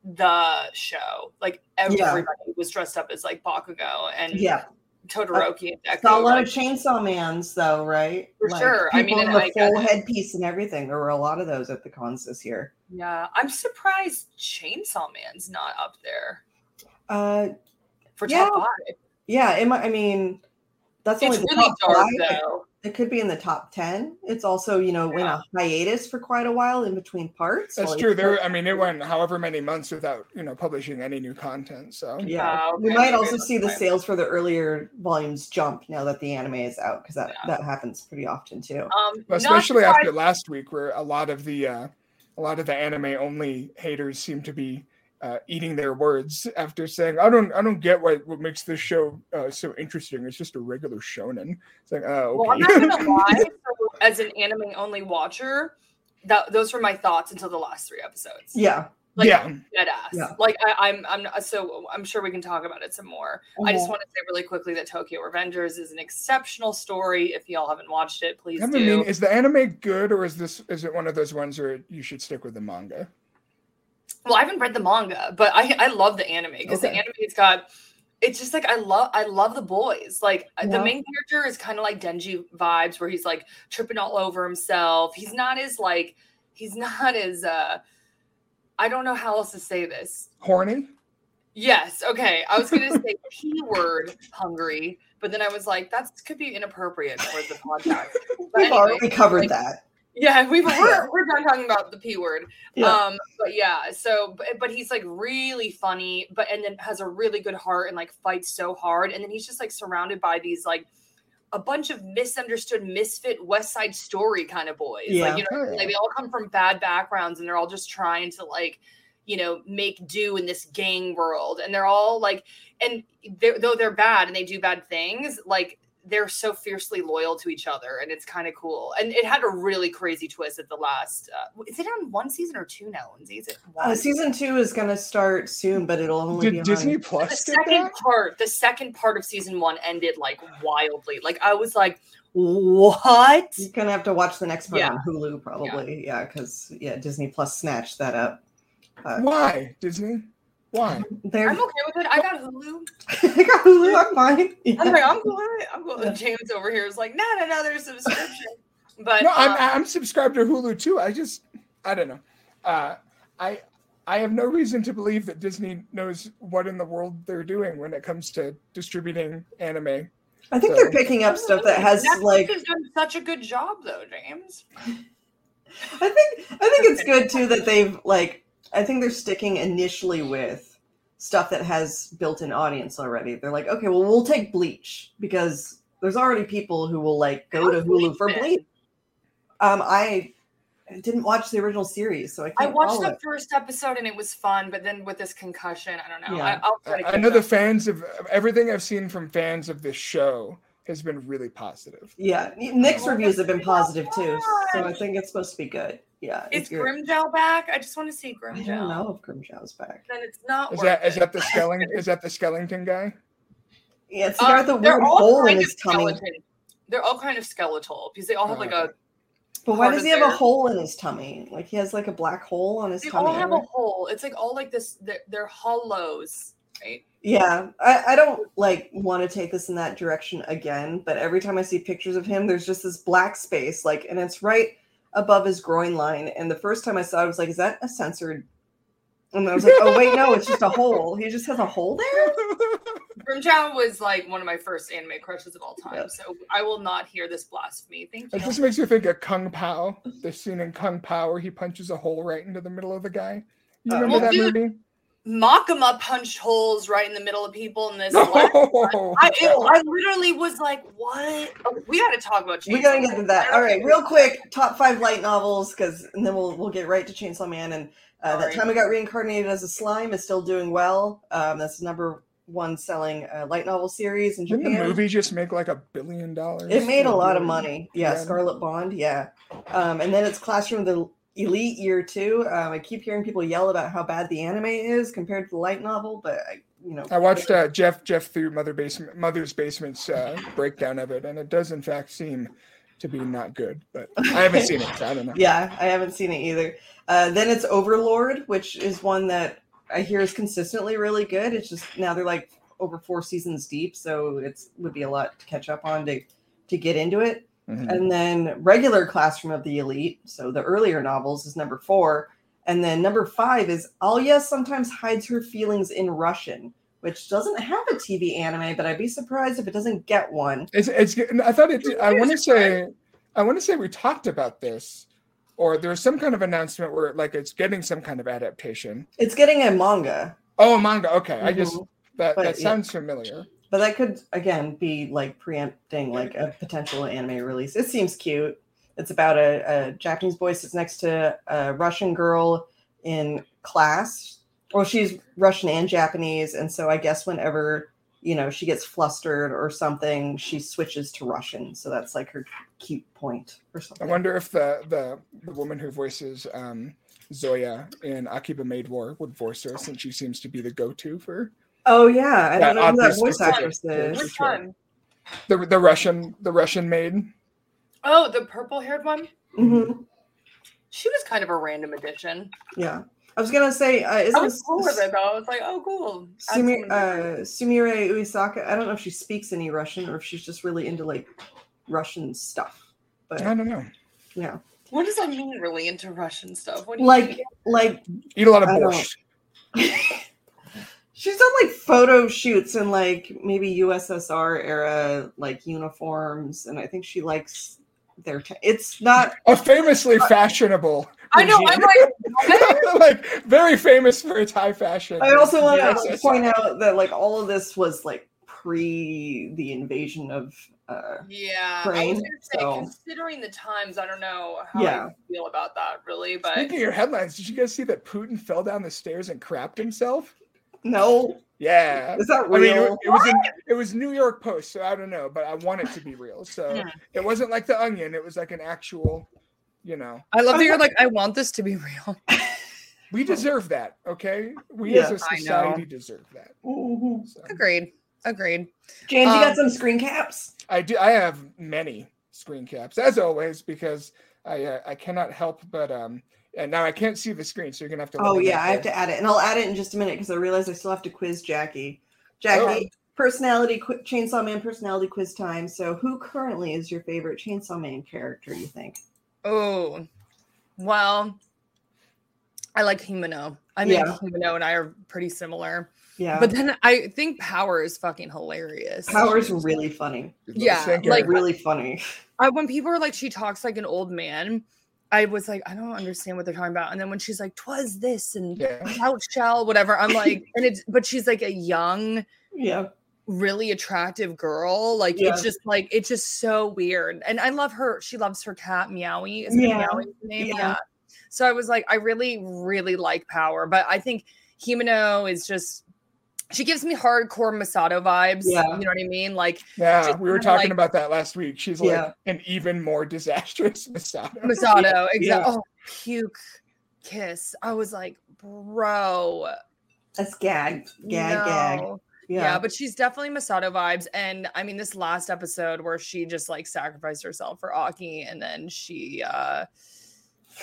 S3: the show like everybody was dressed up as like Bakugo and
S2: yeah, Uh,
S3: Todoroki and Deku.
S2: saw a lot
S3: like,
S2: of chainsaw mans though, right?
S3: For sure. I mean,
S2: people in
S3: and
S2: the
S3: I guess-
S2: full headpiece and everything. There were a lot of those at the cons this year.
S3: yeah, I'm surprised Chainsaw Man's not up there
S2: Uh,
S3: for
S2: Yeah,
S3: top five.
S2: yeah, it might, I mean, that's only
S3: It's
S2: the
S3: really
S2: top
S3: dark
S2: five.
S3: though.
S2: It could be in the top ten. It's also you know in a hiatus for quite a while in between parts.
S4: That's
S2: Like,
S4: true. There, I mean, it went however many months without you know publishing any new content. So
S2: Yeah,
S3: Oh,
S2: we
S3: okay,
S2: might
S3: maybe
S2: also
S3: that's
S2: see the
S3: why.
S2: sales for the earlier volumes jump now that the anime is out because that that happens pretty often too.
S3: Um,
S4: Well,
S3: not
S4: especially
S3: surprised-
S4: after last week where a lot of the uh, a lot of the anime only haters seem to be uh, eating their words after saying i don't i don't get what, what makes this show uh, so interesting it's just a regular shonen it's like oh
S3: Well, I'm
S4: [laughs] okay.
S3: not gonna lie. So as an anime only watcher, that those were my thoughts until the last three episodes.
S2: Yeah.
S3: Like,
S4: yeah.
S3: dead ass.
S2: Yeah.
S3: Like I, I'm, I'm not- so I'm sure we can talk about it some more. I just want to say really quickly that Tokyo Revengers is an exceptional story. If y'all haven't watched it, please
S4: I
S3: do.
S4: mean, is the anime good or is this is it one of those ones where you should stick with the manga?
S3: well, I haven't read the manga, but I, I love the anime because the
S4: Okay.
S3: anime's got. It's just like I love I love the boys. Like uh,
S2: Yeah.
S3: the main character is kind of like Denji vibes, where he's like tripping all over himself. He's not as like he's [laughs] not as uh I don't know how else to say this.
S4: Horny?
S3: Yes. Okay. I was going to
S2: [laughs]
S3: say keyword hungry, but then I was like, that could be inappropriate for the
S2: [laughs]
S3: podcast. But
S2: We've
S3: anyway,
S2: already covered
S3: like-
S2: that.
S3: yeah, we
S2: Yeah.
S3: we're, we're done talking about the p word.
S2: Yeah.
S3: Um, but yeah, so but, but he's like really funny, but and then has a really good heart and like fights so hard, and then he's just like surrounded by these like a bunch of misunderstood misfit West Side Story kind of boys.
S2: Yeah.
S3: Like you know,
S4: Oh,
S3: like
S4: yeah.
S3: they all come from bad backgrounds, and they're all just trying to like you know make do in this gang world, and they're all like and they're, though they're bad and they do bad things, like they're so fiercely loyal to each other, and it's kind of cool. And it had a really crazy twist at the last. Uh, is it on one season or two now? Lindsay? Is it one?
S2: Uh, season two is going to start soon, but it'll only be
S4: Did
S2: on-
S4: Disney
S3: the
S4: Plus get
S3: second
S4: that?
S3: part, the second part of season one ended like wildly. Like I was like, what?
S2: You're gonna have to watch the next part
S3: Yeah.
S2: on Hulu, probably. Yeah, because yeah, Disney Plus snatched that up.
S4: Why, Disney? Why?
S2: [laughs] There,
S3: I'm okay with it. I got Hulu.
S2: I got Hulu on mine. Yeah.
S3: I'm like, I'm cool with it. I'm cool. And James over here is like, not another
S2: [laughs]
S3: subscription. But
S4: no, I'm
S3: um,
S4: I'm subscribed to Hulu too. I just I don't know. Uh, I I have no reason to believe that Disney knows what in the world they're doing when it comes to distributing anime.
S2: [laughs] I think
S4: So-
S2: they're picking up stuff that has
S3: Netflix
S2: like.
S3: has done such a good job though, James.
S2: I think I think it's good too
S3: [laughs]
S2: that they've like. I think they're sticking initially with stuff that has built-in audience already. They're like, okay, well, we'll take Bleach because there's already people who will like go to
S3: How's
S2: Hulu for
S3: Bleach been?
S2: Bleach. Um, I didn't watch the original series, so I
S3: I
S2: can't.
S3: watched
S2: follow
S3: the first episode and it was fun, but then with this concussion, I don't know.
S2: Yeah.
S3: I, I'll try
S4: I,
S3: to
S4: I
S3: catch
S4: know the
S3: up.
S4: fans of of everything I've seen from fans of this show has been really positive.
S2: Yeah, Nick's
S3: Oh my
S2: reviews have been
S3: gosh.
S2: positive too, so I think it's supposed to be good. Yeah, if
S3: Is
S2: you're-
S3: Grimjow back? I just want to see
S2: I
S3: Grimjow.
S2: don't know if Grimshaw's back.
S3: Then it's not
S4: Is
S3: worth
S4: that is
S3: it.
S4: that the Skelling is that the
S3: [laughs]
S4: Skellington guy?
S2: Yeah, it's
S3: Um,
S2: got the
S3: they're
S2: weird
S3: all
S2: hole in
S3: kind
S2: his
S3: of
S2: tummy. Oh,
S3: skeleton. They're all kind of skeletal because they all have like a.
S2: But why
S3: part
S2: does
S3: of
S2: he have a
S3: their-
S2: hole in his tummy? Like he has like a black hole on his
S3: They
S2: tummy.
S3: all have a hole. It's like all like this. They're, they're hollows, right?
S2: yeah, I, I don't like want to take this in that direction again. But every time I see pictures of him, there's just this black space, like, and it's right above his groin line. And the first time I saw it, I was like, "Is that a censored?" And then I was like, "Oh wait, no, it's just
S3: [laughs]
S2: a hole. He just has a hole there."
S3: Grimjow was like one of my first anime crushes of all time.
S2: Yeah.
S3: So I will not hear this blasphemy. Thank you.
S4: It just makes you think of Kung Pao, the scene in Kung Pao where he punches a hole right into the middle of the guy. You
S2: Uh,
S4: remember
S3: well,
S4: that
S3: dude,
S4: movie?
S3: Makama punched holes right in the middle of people in this. last-
S4: [laughs] No.
S2: [laughs]
S3: I, ew, I literally was like, what? Oh, we got to talk about
S2: We
S3: Chainsaw
S2: gotta get to
S3: Man.
S2: that.
S3: I
S2: All
S3: don't
S2: right,
S3: think-
S2: real quick, top five light novels, because and then we'll we'll get right to Chainsaw Man. And uh, that
S3: Sorry.
S2: time I got reincarnated as a slime is still doing well. Um, that's the number one selling uh, light novel series in
S4: Didn't the
S2: Japan.
S4: movie just make like a billion dollars?
S2: It made a
S4: Or
S2: lot of
S4: billion?
S2: money. Yeah,
S4: Yeah.
S2: Scarlet Bond. Yeah, um, and then it's Classroom of the Elite Year Two. Um, I keep hearing people yell about how bad the anime is compared to the light novel, but I, you know,
S4: I watched uh, Jeff Jeff through Mother Basement Mother's Basement's uh, breakdown of it, and it does in fact seem to be not good. But I haven't seen it, so I don't know.
S2: [laughs] Yeah, I haven't seen it either. Uh, then it's Overlord, which is one that I hear is consistently really good. It's just now they're like over four seasons deep, so it's would be a lot to catch up on to to get into it.
S4: Mhm.
S2: And then regular Classroom of the Elite, so the earlier novels is number four, and then number five is Alia sometimes hides her feelings in Russian, which doesn't have a TV anime, but I'd be surprised if it doesn't get one.
S4: It's, it's good- I thought it. did- I
S3: Where's
S4: want to
S3: it
S4: say, I want to say we talked about this, or there was some kind of announcement where like it's getting some kind of adaptation.
S2: It's getting a manga.
S4: Oh, a manga. Okay, I just
S2: Mhm.
S4: that
S2: But,
S4: that
S2: yeah.
S4: sounds familiar.
S2: But that could again be like preempting like a potential anime release. It seems cute. It's about a, a Japanese boy sits next to a Russian girl in class. Well, she's Russian and Japanese, and so I guess whenever you know, she gets flustered or something, she switches to Russian. So that's like her cute point or
S4: I
S2: something.
S4: wonder if the the, the woman who voices um, Zoya in Akiba Made War would voice her since she seems to be the go to for
S2: Oh yeah, I
S4: Yeah,
S2: don't know who that
S4: obviously.
S2: voice actress
S4: Which
S2: is.
S4: Yes.
S5: Which one?
S4: the the Russian the Russian maid.
S5: Oh, the purple haired one?
S2: hmm
S5: She was kind of a random addition.
S2: Yeah, I was gonna say, uh,
S5: I was
S2: isn't
S5: cool with it though. I was like, oh cool. Add
S2: Sumi,
S5: someone new.
S2: uh, Sumire Uesaka. I don't know if she speaks any Russian or if she's just really into like Russian stuff.
S4: I
S2: But
S4: don't know.
S2: yeah,
S5: what does that mean really into Russian stuff? What do you
S2: like
S5: mean?
S2: like [laughs]
S4: Eat a lot of
S2: I don't-
S4: borscht.
S2: she's done like photo shoots in like maybe USSR era like uniforms, and I think she likes their. ta- it's not.
S4: A famously fashionable.
S5: I know, I'm
S4: [laughs] regime. like very famous for its high fashion.
S2: I also want to
S4: Yes,
S2: point out that like all of this was like pre the invasion of. Uh,
S5: Yeah, I
S2: Brain,
S5: was gonna say,
S2: so-
S5: considering the times, I don't know how
S2: Yeah.
S5: I feel about that really, but
S4: Speaking of your headlines, did you guys see that Putin fell down the stairs and crapped himself?
S2: no,
S4: Yeah.
S2: is that
S4: I
S2: real?
S4: mean, it, wa- it was in, it was New York Post, so I don't know, but I want it to be real. So
S5: Yeah.
S4: it wasn't like the Onion; it was like an actual, you know,
S3: I love that you're like, I want this to be [laughs] real.
S4: we deserve that. Okay, we
S2: Yeah.
S4: as a
S3: I know.
S4: society deserve that.
S2: Mhm. [laughs]
S4: So
S3: Agreed. Agreed.
S2: James, you
S3: Um,
S2: got some screen caps?
S4: I do. I have many screen caps, as always, because I uh, I cannot help but um. And now I can't see the screen, so you're gonna have to. let
S2: Oh
S4: me
S2: yeah, I have
S4: know.
S2: to add it, and I'll add it in just a minute because I realize I still have to quiz Jackie. Jackie, personality qu- Chainsaw Man personality quiz time. So, who currently is your favorite Chainsaw Man character? You think?
S3: Oh, well, I like Himeno. I mean,
S2: Yeah.
S3: Himeno and I are pretty similar.
S2: Yeah,
S3: But then I think Power is fucking hilarious.
S2: Power's really funny.
S3: Yeah,
S4: Thank you.
S3: like-
S2: really funny. [laughs]
S3: I, when people are like, she talks like an old man, I was like, I don't understand what they're talking about. And then when she's like, twas this and
S4: yeah.
S3: thou shall, whatever, I'm like, and it's, but she's like a young,
S2: Yeah,
S3: really attractive girl. Like,
S2: Yeah.
S3: it's just like, it's just so weird. And I love her. She loves her cat, Meowie. Is
S2: Yeah.
S3: it Meowie's name?
S2: Yeah.
S3: Yeah. So I was like, I really, really like power, but I think Himeno is just, she gives me hardcore Masato vibes.
S2: Yeah.
S3: You know what I
S2: [laughs]
S3: mean? Like,
S4: Yeah,
S3: just
S4: we were
S3: kinda
S4: talking
S3: like-
S4: about that last week. She's like
S2: Yeah.
S4: an even more disastrous [laughs] Masato.
S3: Masato, exactly.
S2: Yeah.
S3: Oh, puke kiss. I was like, bro,
S2: that's gag, gag, gag.
S3: no. Yeah.
S2: Yeah,
S3: but she's definitely Masato vibes. And I mean, this last episode where she just like sacrificed herself for Aki, and then she, uh,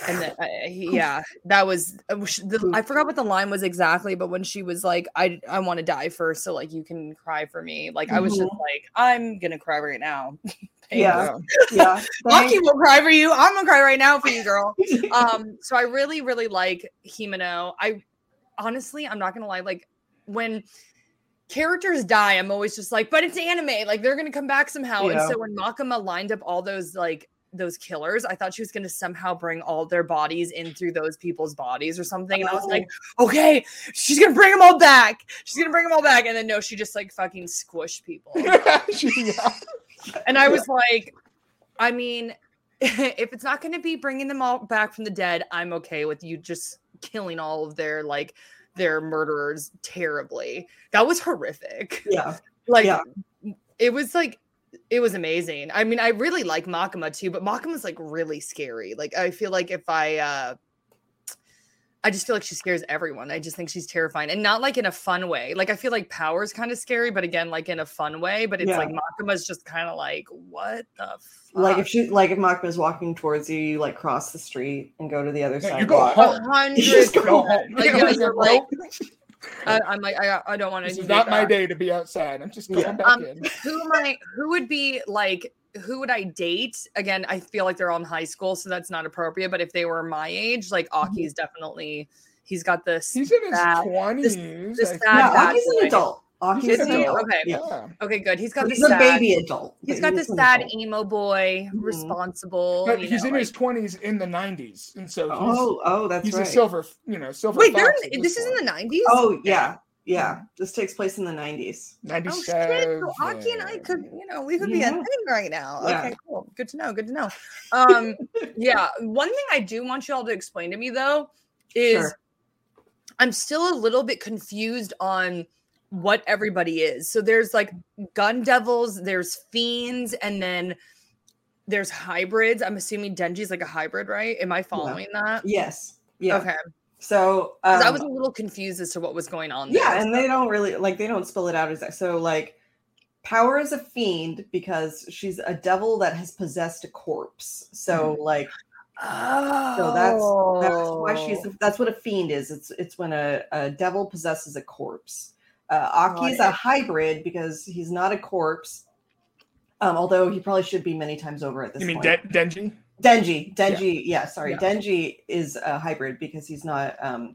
S3: and then uh, he, yeah, that was uh, sh- the, I forgot what the line was exactly, but when she was like, "I I want to die first, so like you can cry for me," like I was just like, "I'm gonna cry right now." [laughs]
S2: Yeah. [laughs] yeah.
S3: Aki will cry for you. I'm gonna cry right now for you, girl. um so i really really like himeno i honestly i'm not gonna lie like when characters die i'm always just like but it's anime like they're gonna come back somehow
S2: Yeah.
S3: and so when makama lined up all those like those killers i thought she was gonna somehow bring all their bodies in through those people's bodies or something and i was like okay she's gonna bring them all back she's gonna bring them all back and then no she just like fucking squished people
S4: She- yeah.
S3: and I was like, I mean, [laughs] if it's not going to be bringing them all back from the dead, I'm okay with you just killing all of their like their murderers terribly. That was horrific.
S2: yeah,
S3: Like
S2: Yeah.
S3: it was like it was amazing. I mean, I really like Makama too, but Makama's like really scary. Like I feel like if I uh I just feel like she scares everyone. I just think she's terrifying and not like in a fun way. Like I feel like power's kind of scary, but again, like in a fun way. But it's
S2: Yeah.
S3: like Makama's just kind of like, what the fuck?
S2: like if she, like if Makima's walking towards you, you like cross the street and go to the other
S4: Yeah,
S2: side.
S4: you go
S3: A
S4: hard.
S2: [laughs]
S3: hundred
S2: You just go
S3: percent.
S4: home.
S3: Like,
S4: Yeah,
S3: yeah,
S4: like,
S3: you're
S4: nope.
S3: like, I, I'm like, I, I don't want to.
S4: This is not my day to be outside. I'm just going
S2: Yeah.
S4: back
S3: Um,
S4: in.
S3: who am I? Who would be like? Who would I date? Again, I feel like they're all in high school, so that's not appropriate. But if they were my age, like Aki's definitely, he's got this.
S4: He's in his
S3: sad-
S4: twenties.
S3: this
S4: I
S3: sad
S4: think.
S2: yeah,
S3: bad
S2: Aki's an
S3: boy.
S2: adult. Aki's
S4: Is
S2: an
S4: he?
S2: adult.
S3: Okay.
S2: Yeah.
S4: Yeah.
S3: okay, good. He's got
S2: But
S3: this.
S2: he's a
S3: sad-
S2: baby adult.
S3: He's
S2: but
S3: got
S2: he
S3: this
S2: is an
S3: sad
S2: adult.
S3: emo boy,
S2: Mhm.
S3: responsible.
S4: But
S3: you
S4: he's
S3: know,
S4: in
S3: like-
S4: his twenties in the nineties, and so he's,
S2: Oh, oh, that's
S4: he's
S2: right.
S4: a silver, you know, silver.
S3: Wait, they're
S4: fox
S3: in, this is in the nineties.
S2: oh, yeah, yeah. This takes place in the nineties.
S3: Oh shit!
S4: ninety-seven.
S3: So Aki and I could, you know, we could be
S2: Yeah.
S3: a thing right now.
S2: Mm-hmm. Yeah.
S3: Okay, cool. Good to know. Good
S2: [laughs]
S3: to know. Um, yeah. One thing I do want y'all to explain to me though is
S2: Sure.
S3: I'm still a little bit confused on what everybody is. So there's like gun devils, there's fiends, and then there's hybrids. I'm assuming Denji's like a hybrid, right? Am I following that?
S2: Yes. Yeah.
S3: Okay.
S2: So
S3: 'Cause I
S2: um,
S3: was a little confused as to what was going on.
S2: yeah
S3: there.
S2: and they don't really like they don't spell it out as that so like power is a fiend because she's a devil that has possessed a corpse
S4: Mm-hmm.
S2: so like
S3: oh,
S2: so that's that's why she's that's what a fiend is it's it's when a, a devil possesses a corpse uh,
S3: Oh,
S2: aki is a hybrid because he's not a corpse um, although he probably should be many times over at this
S4: You mean
S2: point.
S4: Den- Denji?
S2: Denji, Denji, yeah, sorry,
S4: Yeah.
S2: Denji is a hybrid because he's not, um,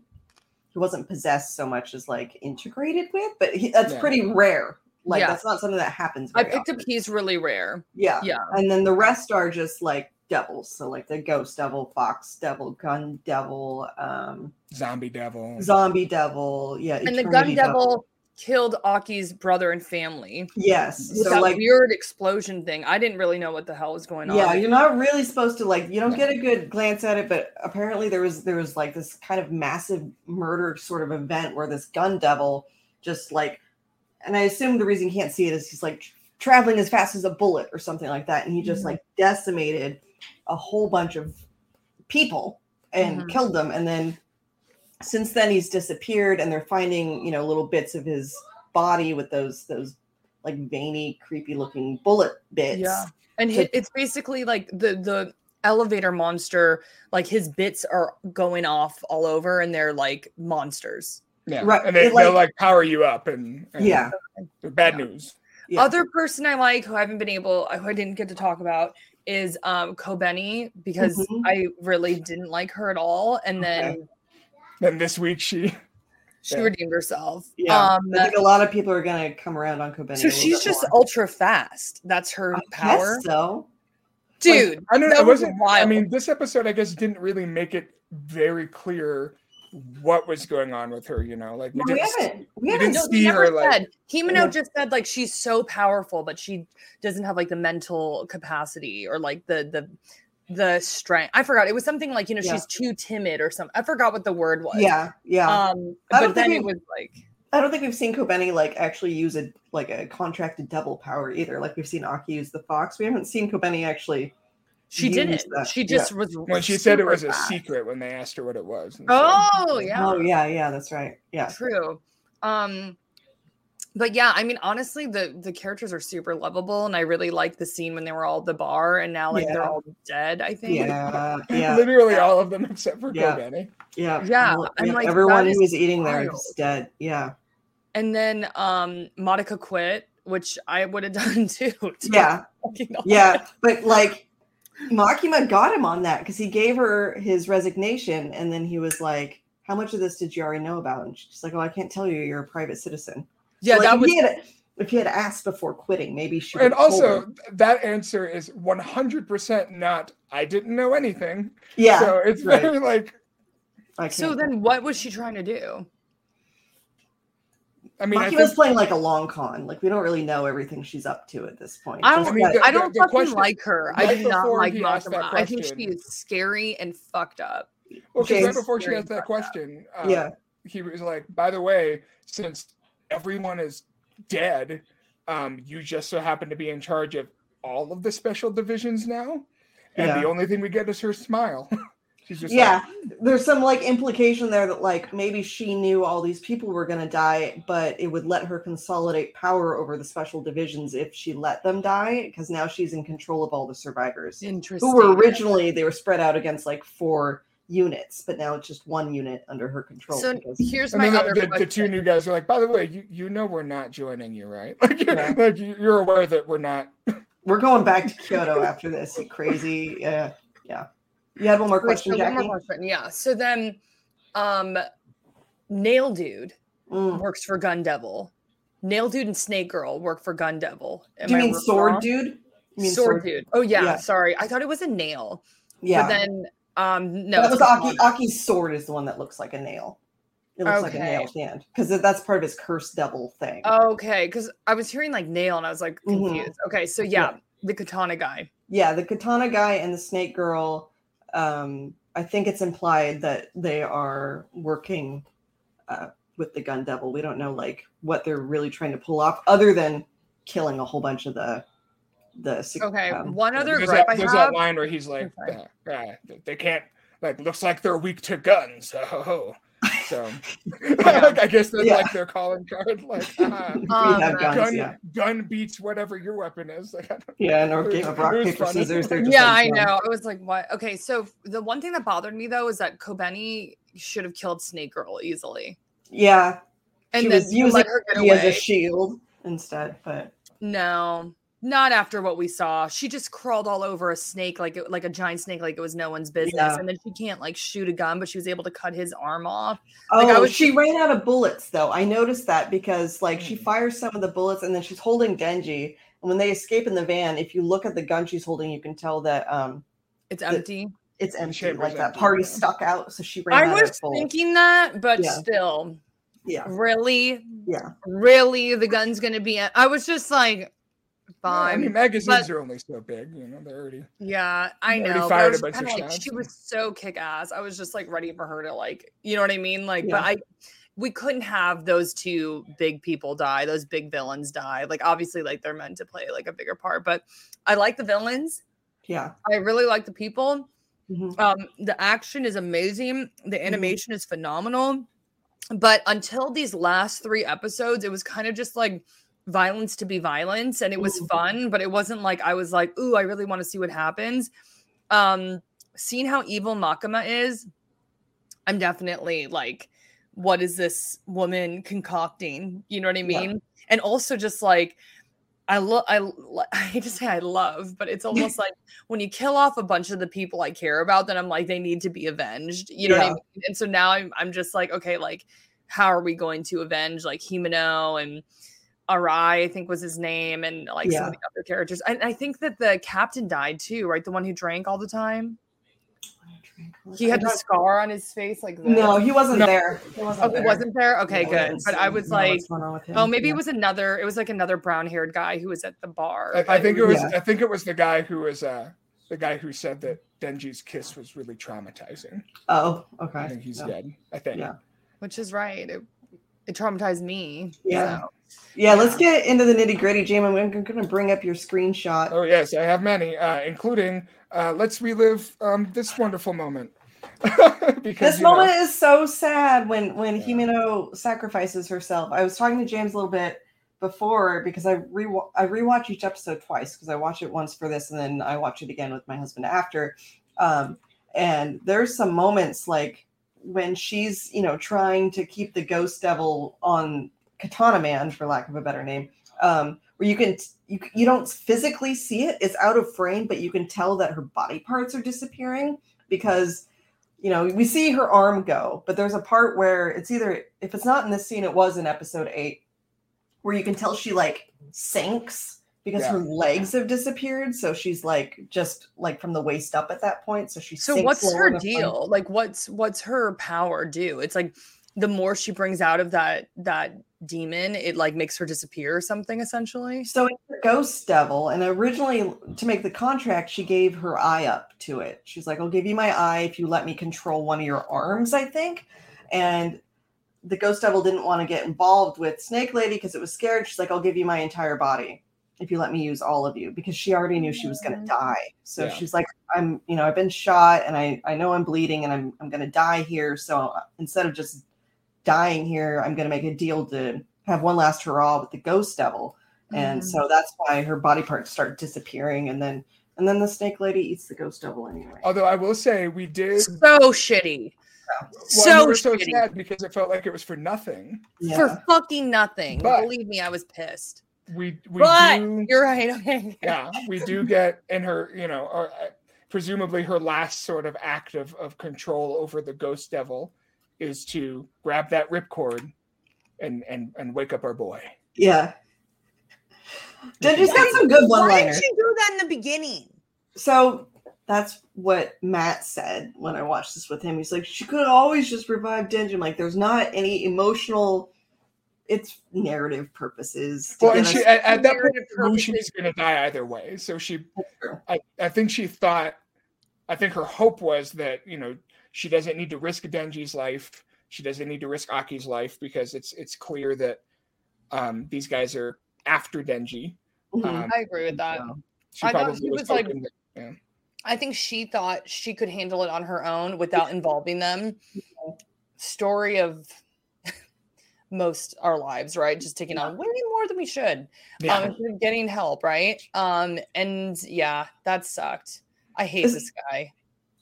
S2: he wasn't possessed so much as like integrated with, but he, that's
S4: Yeah.
S2: pretty rare. Like
S3: Yeah.
S2: that's not something that happens.
S3: I
S2: very
S3: picked up
S2: often.
S3: he's really rare.
S2: yeah,
S3: yeah.
S2: and then the rest are just like devils. So like the ghost devil, fox devil, gun devil, um,
S4: Zombie Devil.
S2: zombie devil, yeah,
S3: And the
S2: eternity
S3: gun devil killed Aki's brother and family.
S2: Yes,
S3: with
S2: so
S3: that
S2: like
S3: weird explosion thing. I didn't really know what the hell was going on.
S2: yeah you're not really supposed to like you don't get a good glance at it but apparently there was there was like this kind of massive murder sort of event where this gun devil just like and i assume the reason you can't see it is he's like tr- traveling as fast as a bullet or something like that and he just like decimated a whole bunch of people and
S3: Mhm.
S2: killed them and then since then he's disappeared and they're finding you know little bits of his body with those those like veiny creepy looking bullet bits
S3: Yeah. and
S2: to-
S3: hi- it's basically like the the elevator monster. Like his bits are going off all over, and they're like monsters.
S4: Yeah.
S2: Right,
S4: And they,
S2: it, like-
S4: they'll like power you up and, and
S2: Yeah.
S4: Bad news.
S2: Yeah.
S3: Other person I like who I haven't been able, who I didn't get to talk about is um Kobeni because
S2: Mhm.
S3: I really didn't like her at all, and then
S4: Then this week she
S3: she
S4: Yeah.
S3: redeemed herself.
S2: Yeah,
S3: Um,
S2: I think a lot of people are gonna come around on Kobeni. a
S3: so
S2: little
S3: she's
S2: bit
S3: just
S2: more.
S3: ultra fast. That's her
S2: I guess
S3: power,
S2: So
S3: dude.
S4: I don't know.
S3: that
S4: It
S3: was
S4: wasn't. I
S3: wild.
S4: mean, this episode, I guess, didn't really make it very clear what was going on with her. You know, like we
S2: No, we
S4: didn't. see-
S2: haven't. We
S4: you
S2: haven't.
S4: didn't
S3: No,
S2: known-
S3: they
S4: see
S3: never
S4: her like
S3: said. Himeno
S2: Yeah.
S3: just said like she's so powerful, but she doesn't have like the mental capacity or like the the the strength. I forgot. It was something like you know
S2: Yeah.
S3: she's too timid or something. I forgot what the word was.
S2: Yeah, yeah.
S3: Um.
S2: I
S3: But
S2: don't think
S3: then
S2: we-
S3: it was like
S2: I don't think we've seen Kobeni like actually use a like a contracted devil power either. Like we've seen Aki use the fox. We haven't seen Kobeni actually.
S3: she
S2: use
S3: didn't.
S2: that,
S3: She
S2: yeah.
S3: just was
S4: when she said it
S3: super
S4: was a
S3: fast.
S4: secret when they asked her what it was. and so-
S3: Oh yeah.
S2: Oh yeah, yeah, that's right. Yeah,
S3: True. Um but yeah, I mean honestly the the characters are super lovable and I really like the scene when they were all at the bar and now like they're
S2: Yeah.
S3: all dead, I think.
S2: yeah, yeah,
S4: Literally all of them [laughs] except for
S2: Yeah.
S4: Kobani.
S2: yeah.
S3: Yeah,
S2: Well,
S3: I'm
S2: yeah,
S3: like,
S2: everyone
S3: that
S2: who
S3: is
S2: was eating there
S3: wild.
S2: is dead. Yeah,
S3: And then um Monica quit, which I would have [laughs] done too. to be
S2: yeah,
S3: fucking honest.
S2: yeah. But like, Makima got him on that because he gave her his resignation, and then he was like, "How much of this did you already know about?" And she's like, "Oh, I can't tell you. You're a private citizen."
S3: Yeah,
S2: Like,
S3: that
S2: if
S3: was
S2: He had, if he had asked before quitting, maybe she.
S4: And
S2: would've told
S4: also,
S2: him.
S4: that answer is 100% not, I didn't know anything.
S2: yeah.
S4: So it's
S2: right.
S4: very like,
S2: I can't-
S3: so then what was she trying to do?
S4: I mean, I
S2: Maki
S4: think,
S2: was playing like a long con. Like we don't really know everything she's up to at this point.
S3: I
S2: Just
S3: don't
S4: mean,
S2: that-
S4: the-
S3: I don't
S4: the
S3: fucking
S4: question-
S3: like her. I
S4: right
S3: do not
S4: before
S3: like
S4: he asked that
S3: Makima. I think she
S4: question-
S3: is scary and fucked up.
S4: well, 'cause right
S2: James
S4: before she
S3: very
S4: asked that question, uh,
S2: yeah,
S4: he was like, by the way, since everyone is dead, um, you just so happen to be in charge of all of the special divisions now. And
S2: Yeah.
S4: the only thing we get is her smile. [laughs] She's just
S2: yeah. There's some like implication there that like maybe she knew all these people were gonna die, but it would let her consolidate power over the special divisions if she let them die, because now she's in control of all the survivors
S3: Interesting.
S2: who were originally they were spread out against like four units, but now it's just one unit under her control.
S3: So
S2: because-
S3: here's
S4: And
S3: my
S4: then
S3: other
S4: the, the, the
S3: question.
S4: two new guys are like, by the way, you, you know we're not joining you, right? [laughs] Like, you-
S2: Yeah.
S4: like you- you're aware that we're not.
S2: We're going back to Kyoto after this. You crazy. Yeah. Yeah. You had one more
S3: Wait,
S2: question,
S3: so one more
S2: Jackie?
S3: question, Yeah. So then um Nail Dude
S2: Mm.
S3: works for Gun Devil. Nail Dude and Snake Girl work for Gun Devil. Am
S2: Do you
S3: I
S2: mean
S3: wrong?
S2: sword dude? You mean
S3: sword, dude. Oh yeah,
S2: Yeah.
S3: sorry. I thought it was a nail.
S2: Yeah.
S3: But then um no.
S2: that was
S3: it's
S2: Aki.
S3: not.
S2: Aki's sword is the one that looks like a nail. It looks like a
S3: Okay. Oh,
S2: nail at the end because that's part of his cursed devil thing.
S3: Okay, because I was hearing like nail and I was like
S2: Mhm.
S3: confused. Okay, so yeah, the katana guy.
S2: yeah, the katana guy and the snake girl. Um, I think it's implied that they are working. Uh, with the gun devil. We don't know like what they're really trying to pull off other than killing a whole bunch of the the sec-
S3: Okay,
S2: um,
S3: one other
S4: There's,
S3: gripe
S4: that,
S3: I
S4: there's
S3: have.
S4: that line where he's like,
S3: Okay.
S4: "Uh, uh, they can't, like, looks like they're weak to guns. [laughs] Ho, ho, ho. So [laughs] I guess
S2: [laughs]
S4: that's
S2: Yeah.
S4: like their calling card. [laughs] Like, uh,
S2: [laughs] we
S3: Um,
S2: have [laughs] guns,
S4: gun,
S2: yeah.
S4: gun beats whatever your weapon is. Like, I don't
S2: Yeah, and or game of rock,
S4: It was
S2: paper,
S4: funny.
S2: scissors. They're just
S3: Yeah,
S2: like,
S3: I
S2: no.
S3: know. I was like, what? Okay, so f- the one thing that bothered me though is that Kobeni should have killed Snake Girl easily,
S2: Yeah.
S3: and
S2: she
S3: then
S2: was
S3: you
S2: using
S3: let her get
S2: me as a
S3: away.
S2: shield instead, but
S3: no, not after what we saw. She just crawled all over a snake like it, like a giant snake, like it was no one's business.
S2: Yeah.
S3: And then she can't like shoot a gun, but she was able to cut his arm off.
S2: oh,
S3: Like, I was-
S2: she ran out of bullets though. I noticed that because like she fires some of the bullets and then she's holding Denji. And when they escape in the van, if you look at the gun she's holding, you can tell that um
S3: It's
S2: The-
S3: empty.
S2: it's empty.
S4: chamber's
S2: Like that
S4: empty,
S2: party
S4: yeah.
S2: stuck out, so she ran
S3: I
S2: out
S3: was
S2: of bullets.
S3: thinking that, but
S2: Yeah.
S3: still,
S2: yeah.
S3: really,
S2: Yeah.
S3: really, the gun's gonna be. em- I was just like,
S4: know. I
S3: fine.
S4: mean, magazines
S3: but-
S4: are only so big. You know, they're already.
S3: Yeah, I
S4: already
S3: know. but I
S4: fired a
S3: was
S4: bunch of
S3: kinda like,
S4: shots.
S3: she was so kick ass. I was just like ready for her to like, you know what I mean? Like,
S2: Yeah.
S3: but I we couldn't have those two big people die, those big villains die. Like obviously, like they're meant to play like a bigger part, but I like the villains.
S2: Yeah.
S3: I really like the people.
S2: Mhm.
S3: Um, the action is amazing, the animation is phenomenal. But until these last three episodes, it was kind of just like violence to be violence, and it was
S2: Mhm.
S3: fun, but it wasn't like I was like, ooh, I really want to see what happens. Um, seeing how evil Makama is, I'm definitely like, what is this woman concocting? You know what I
S2: Yeah.
S3: mean? And also just like I love I, lo- [laughs] I hate to say I love, but
S2: [laughs]
S3: it's almost like when you kill off a bunch of the people I care about, then I'm like, they need to be avenged. You know what I
S2: Yeah.
S3: mean? And so now I'm I'm just like, okay, like how are we going to avenge like Himeno and Arai, I think was his name, and like some of the other characters. And I think that the captain died too, right? The one who drank all the time. He had
S2: I
S3: the
S2: don't-
S3: scar on his face, like this.
S2: No, he wasn't
S4: No.
S2: there. He wasn't
S3: Oh, he
S2: there.
S3: wasn't there. Okay,
S2: No, I
S3: good.
S2: didn't
S3: But I
S2: see-
S3: was
S2: no,
S3: like,
S2: what's going on with him.
S3: oh, maybe
S2: Yeah.
S3: it was another. It was like another brown-haired guy who was at the bar.
S4: I, I
S3: but-
S4: think it was.
S2: Yeah.
S4: I think it was the guy who was uh, the guy who said that Denji's kiss was really traumatizing.
S2: Oh,
S4: I
S2: okay.
S4: think he's
S2: No.
S4: dead. I think.
S2: Yeah.
S3: which is right. It, it traumatized me.
S2: Yeah.
S3: so.
S2: Yeah, let's get into the nitty gritty, Jim. I'm going to bring up your screenshot.
S4: Oh yes, I have many, uh, including uh, let's relive um, this wonderful moment. [laughs] because
S2: This
S4: you know,
S2: moment is so sad when when
S4: Yeah.
S2: Himeno sacrifices herself. I was talking to James a little bit before because I re I rewatch each episode twice because I watch it once for this and then I watch it again with my husband after. Um, and there's some moments like when she's you know trying to keep the ghost devil on Katana Man for lack of a better name, um, where you can you you don't physically see it; it's out of frame, but you can tell that her body parts are disappearing because you know, we see her arm go, but there's a part where it's either if it's not in this scene, it was in episode eight, where you can tell she like sinks because
S4: Yeah.
S2: her legs have disappeared, so she's like just like from the waist up at that point. So she
S3: So
S2: sinks
S3: what's
S2: lower
S3: her
S2: to find-
S3: deal? Like what's what's her power do? It's like the more she brings out of that that demon, it like makes her disappear or something essentially.
S2: So it's the ghost devil, and originally to make the contract, she gave her eye up to it. She's like, "I'll give you my eye if you let me control one of your arms," I think. And the ghost devil didn't want to get involved with Snake Lady because it was scared. She's like, "I'll give you my entire body if you let me use all of you," because she already knew she was going to die. So
S4: Yeah.
S2: she's like, "I'm, you know, I've been shot, and I, I know I'm bleeding, and I'm, I'm going to die here. So uh, instead of just dying here, I'm going to make a deal to have one last hurrah with the ghost devil." and so that's why her body parts start disappearing and then and then the snake lady eats the ghost devil anyway
S4: although I will say we did.
S3: so shitty.
S4: well, we
S3: so
S4: were so
S3: shitty.
S4: sad because it felt like it was for nothing.
S2: yeah.
S3: For fucking nothing.
S4: But-
S3: Believe me, I was pissed.
S4: We we
S3: But
S4: do,
S3: you're right. [laughs] Okay.
S4: yeah, we do get in her, you know, or uh, presumably her last sort of act of, of control over the ghost devil is to grab that ripcord and and and wake up our boy.
S2: yeah Denji's got
S4: Why-
S2: some good one
S3: Why did
S2: liners
S3: she do that in the beginning?
S2: so that's what matt said when i watched this with him he's like she could always just revive Denji. I'm like there's not any emotional it's narrative purposes to
S4: Well,
S2: get
S4: and
S2: us-
S4: she at, at that point
S3: narrative
S4: she knew she was
S3: purposes.
S4: going to die either way. So she,
S2: That's true.
S4: I, I think she thought, I think her hope was that you know she doesn't need to risk Denji's life She doesn't need to risk Aki's life because it's it's clear that um, these guys are after Denji.
S2: [laughs] Mhm.
S4: Um,
S3: Mm-hmm. I agree with that.
S4: so she
S3: I thought
S4: probably
S3: she
S4: was,
S3: was, like,
S4: hoping that-
S3: I think she thought she could handle it on her own without involving them. Story of [laughs] most our lives, right? Just taking on way more than we should.
S4: yeah. [laughs]
S3: Um, instead of getting help, right? Um, and yeah, that sucked. I hate
S2: Is-
S3: this guy.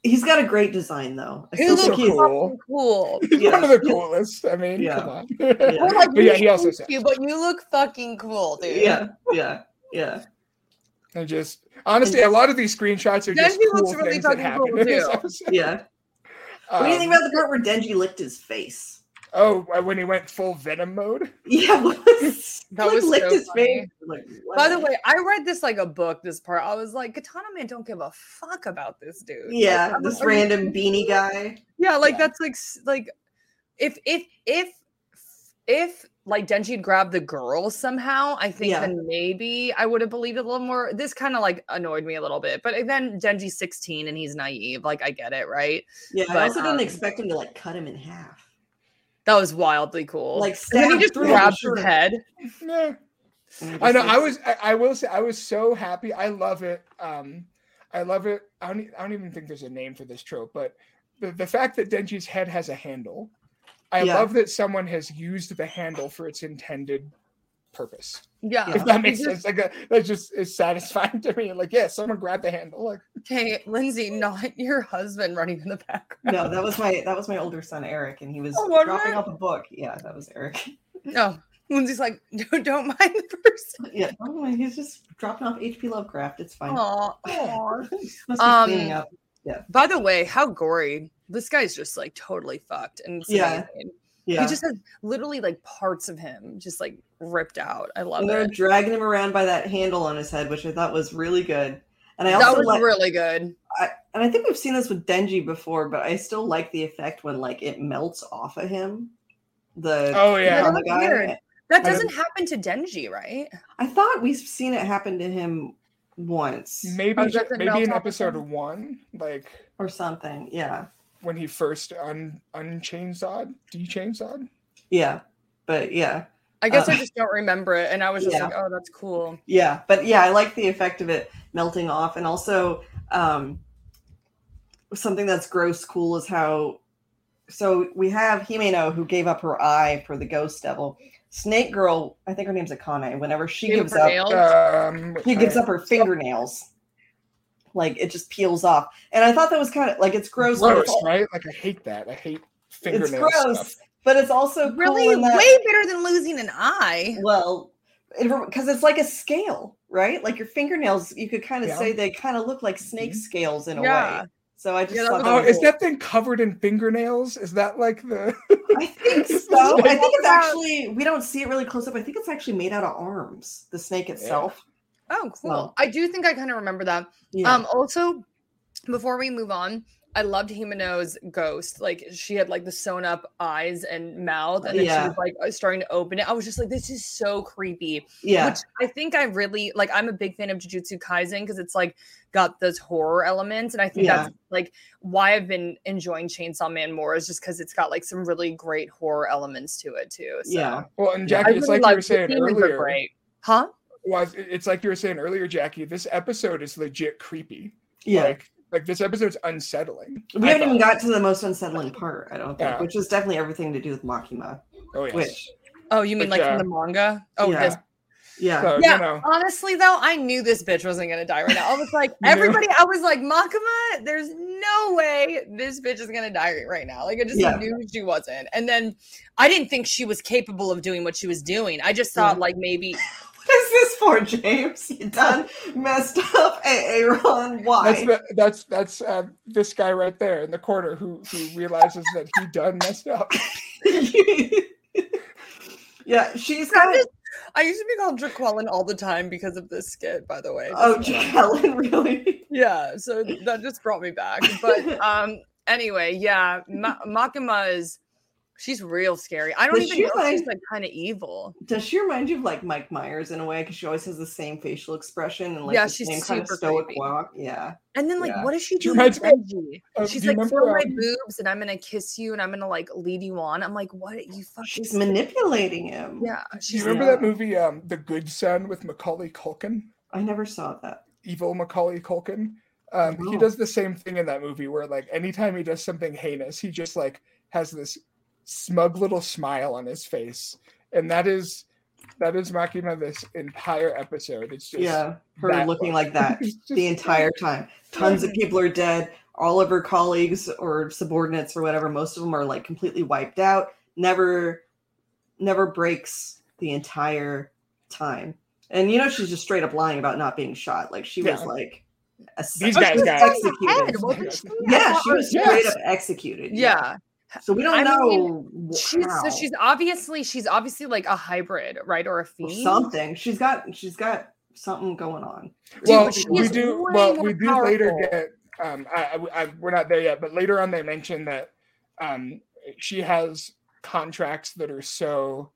S2: He's got a great design though. I
S3: He
S2: still
S4: so
S3: looks
S2: think he's-
S4: cool.
S3: Cool.
S4: He's
S2: Yeah.
S4: one of the coolest. I mean,
S2: Yeah.
S4: come on.
S2: Yeah.
S3: We're like,
S4: [laughs] But yeah,
S3: we
S4: he also
S3: hate
S4: sucks.
S3: you, but you look fucking cool, dude.
S2: Yeah, yeah, yeah.
S4: And just honestly, a lot of these screenshots are just
S3: Denji
S4: cool
S3: looks really
S4: things that
S3: fucking
S4: happen.
S3: cool,
S4: in this
S3: too.
S4: episode.
S2: Yeah. What do you think
S4: Um,
S2: about the part where Denji licked his face? [laughs]
S4: oh, when he went full venom mode.
S2: Yeah, what?
S3: That
S2: like, [laughs]
S3: was so
S2: licked his
S3: funny.
S2: face. Like,
S3: By the
S2: what?
S3: way, I read this like a book. This part, I was like, Katana Man, don't give a fuck about this dude. Like,
S2: yeah,
S3: I'm
S2: this
S3: like, are you
S2: random beanie guy.
S3: Yeah, like
S2: Yeah.
S3: that's like s- like if if if if like Denji had grabbed the girl somehow, I think
S2: Yeah.
S3: then maybe I would have believed it a little more. This kind of like annoyed me a little bit, but then Denji's 16 and he's naive. Like I get it, right?
S2: Yeah,
S3: But,
S2: I also
S3: um,
S2: didn't expect him to like cut him in half.
S3: That was wildly cool.
S2: Like,
S3: and then he
S2: stabbed
S3: just
S2: through the
S3: grabs his
S2: shirt.
S3: head.
S4: Yeah.
S2: And
S4: [laughs] I
S2: just
S4: know. I
S2: like-
S4: was. I, I will say. I was so happy. I love it. Um, I love it. I don't. e- I don't even think there's a name for this trope, but the, the fact that Denji's head has a handle, I
S2: Yeah.
S4: love that someone has used the handle for its intended purpose.
S3: Yeah.
S4: If that makes
S3: He's just-
S4: sense, like that, that just is satisfying [laughs] to me. Like, yeah, someone grabbed the handle. Like,
S3: Okay, Lindsay, not your husband running in the background.
S2: No, that was my that was my older son Eric, and he was
S3: [laughs] Oh, wasn't
S2: dropping
S3: it?
S2: off a book. Yeah, that was Eric. [laughs]
S3: No. Lindsay's like, no, don't mind the person.
S2: Yeah, oh, he's just dropping off H.P. Lovecraft. It's fine.
S3: Aw, aw.
S2: [laughs] Must be
S3: Um,
S2: cleaning up.
S3: By the way, how gory. This guy's just like totally fucked. And it's
S2: Yeah.
S3: amazing.
S2: Yeah,
S3: He just has literally like parts of him just like ripped out. I love
S2: and they're
S3: it.
S2: dragging him around by that handle on his head, which I thought was really good. And I
S3: That
S2: also
S3: was
S2: like,
S3: really good.
S2: and I think we've seen this with Denji before, but I still like the effect when like it melts off of him. The
S4: oh yeah,
S3: Yeah.
S2: on the
S3: that's
S2: guy.
S3: weird. That
S4: I know.
S3: doesn't happen to Denji, right?
S2: I thought we've seen it happen to him once
S4: maybe
S3: Oh, does it melt
S4: maybe in
S3: off of
S4: episode
S3: him?
S4: one, like
S2: or something. Yeah,
S4: when he first un unchainsawed, dechainsawed.
S2: yeah, but yeah,
S3: I guess
S2: Uh,
S3: I just don't remember it. And I was just
S2: yeah.
S3: like, oh, that's cool.
S2: yeah, but yeah, I like the effect of it melting off, and also um, something that's gross cool is how. So we have Himeno who gave up her eye for the ghost devil. Snake Girl, I think her name's Akane. Whenever she
S3: Gave
S2: gives
S3: her
S2: up, uh,
S3: nails.
S4: Um,
S2: She gives
S4: I-
S2: up her fingernails. Like it just peels off. And I thought that was kind of like it's gross. but
S4: gross,
S2: it's, al-
S4: right? Like I hate that. I hate
S2: it's
S4: fingernails.
S2: gross, but it's also
S3: Really?
S2: cool in that-
S3: Way better than losing an eye.
S2: well because it's like a scale, right? Like your fingernails, you could kind of
S4: Yeah. Mm-hmm.
S2: say they kind of look like snake scales in a
S3: Yeah.
S2: way. So I just
S3: Yeah, that
S2: thought
S3: looks
S4: Oh,
S2: that
S4: is
S2: was
S4: that thing covered in fingernails? Is that like the? [laughs]
S2: cool. I think so. I think it's actually we don't see it really close up. I think it's actually made out of arms, the snake itself.
S3: Oh, cool.
S2: Well.
S3: I do think I kind of remember that.
S2: Yeah.
S3: Um, also, before we move on, I loved Himeno's ghost. Like she had like the sewn up eyes and mouth, and then she
S2: Yeah.
S3: was like uh, starting to open it. I was just like, this is so creepy.
S2: yeah.
S3: Which I think I really like. I'm a big fan of Jujutsu Kaisen because it's like got those horror elements, and I think that's like why I've been enjoying Chainsaw Man more is just because it's got like some really great horror elements to it too. So.
S2: yeah.
S4: Well, and
S2: Yeah.
S4: Jackie, it's like you were
S3: the
S4: saying
S3: demons are
S4: earlier.
S3: great. Huh?
S4: Was it's like you were saying earlier, Jackie? This episode is legit creepy.
S2: Yeah.
S4: Like, like this episode's unsettling.
S2: We
S4: I
S2: haven't even
S4: thought.
S2: got to the most unsettling part, I don't think,
S4: Yeah.
S2: which is definitely everything to do with Makima.
S4: Oh yes.
S2: Which,
S3: Oh, you mean
S4: Which,
S3: like from
S4: uh,
S3: the manga? Oh,
S2: yeah.
S3: this
S2: yeah,
S4: So,
S3: Yeah.
S4: You know,
S3: Honestly, though, I knew this bitch wasn't gonna die right now. I was
S2: [laughs]
S3: like,
S4: You knew?
S3: everybody, I was like, Makama, there's no way this bitch is gonna die right now. Like, I just
S2: Yeah.
S3: knew she wasn't. And then I didn't think she was capable of doing what she was doing. I just thought,
S2: Yeah.
S3: like,
S2: [laughs]
S3: maybe
S2: [laughs] what is this for, James?
S4: [laughs]
S2: You done messed up Aaron? Why?
S4: that's the, that's that's uh, this guy right there in the corner who who realizes that he done messed up. [laughs]
S2: [laughs] yeah, she's
S3: I'm
S2: got.
S3: just- I used to be called Jaquelin all the time because of this skit, by the way.
S2: Oh,
S3: Just-
S2: Helen, really?
S3: yeah so
S2: [laughs]
S3: that just brought me back but um anyway yeah Ma- makima is She's real scary. I don't
S2: Does
S3: even
S2: she
S3: know if she's
S2: like-
S3: like kind of evil.
S2: Does she remind you of like Mike Myers in a way? Because she always has the same facial expression and like
S3: Yeah,
S2: the
S3: she's
S2: same kind of
S3: super
S2: stoic
S3: creepy.
S2: walk. Yeah.
S3: And then like,
S2: Yeah.
S3: what does she
S4: She
S3: do? with
S4: reminds me of-
S3: Reggie?
S4: of-
S3: She's
S4: do you
S3: like,
S4: remember,
S3: fill my
S4: um,
S3: boobs, and I'm gonna kiss you, and I'm gonna like lead you on. I'm like, what? You fucking.
S2: She's
S3: sick."
S2: manipulating him.
S3: Yeah,
S4: Do you
S3: she's
S4: remember
S2: Yeah.
S4: that movie, um, The Good Son, with Macaulay Culkin?
S2: I never saw that.
S4: Evil Macaulay Culkin. Um, He
S2: No.
S4: does the same thing in that movie, where like anytime he does something heinous, he just like has this smug little smile on his face, and that is that is Makima this entire episode. It's just
S2: yeah. Her
S4: that
S2: looking
S4: look.
S2: like that
S4: [laughs] It's just-
S2: the entire time. Tons
S3: [laughs]
S2: of people are dead. All of her colleagues or subordinates or whatever, most of them are like completely wiped out. Never, never breaks the entire time. And you know, she's just straight up lying about not being shot. Like she was
S4: Yeah.
S2: like, a,
S4: These
S2: she
S4: guys
S2: was
S4: got-
S2: executed.
S3: Head, wasn't she? I
S2: Yeah,
S3: thought
S2: she
S3: her-
S2: was straight
S4: Yes.
S2: up executed.
S3: Yeah,
S2: So we don't
S3: I
S2: know. wh-
S3: she's
S2: how
S3: so she's obviously she's obviously like a hybrid, right, or a
S2: or
S3: fiend.
S2: something. She's got she's got something going on.
S4: Well,
S3: she
S4: we
S3: is
S4: do.
S3: way
S4: Well,
S3: more
S4: we do later
S3: powerful.
S4: get. Um, I, I, I, we're not there yet, but later on they mention that um, she has contracts that are so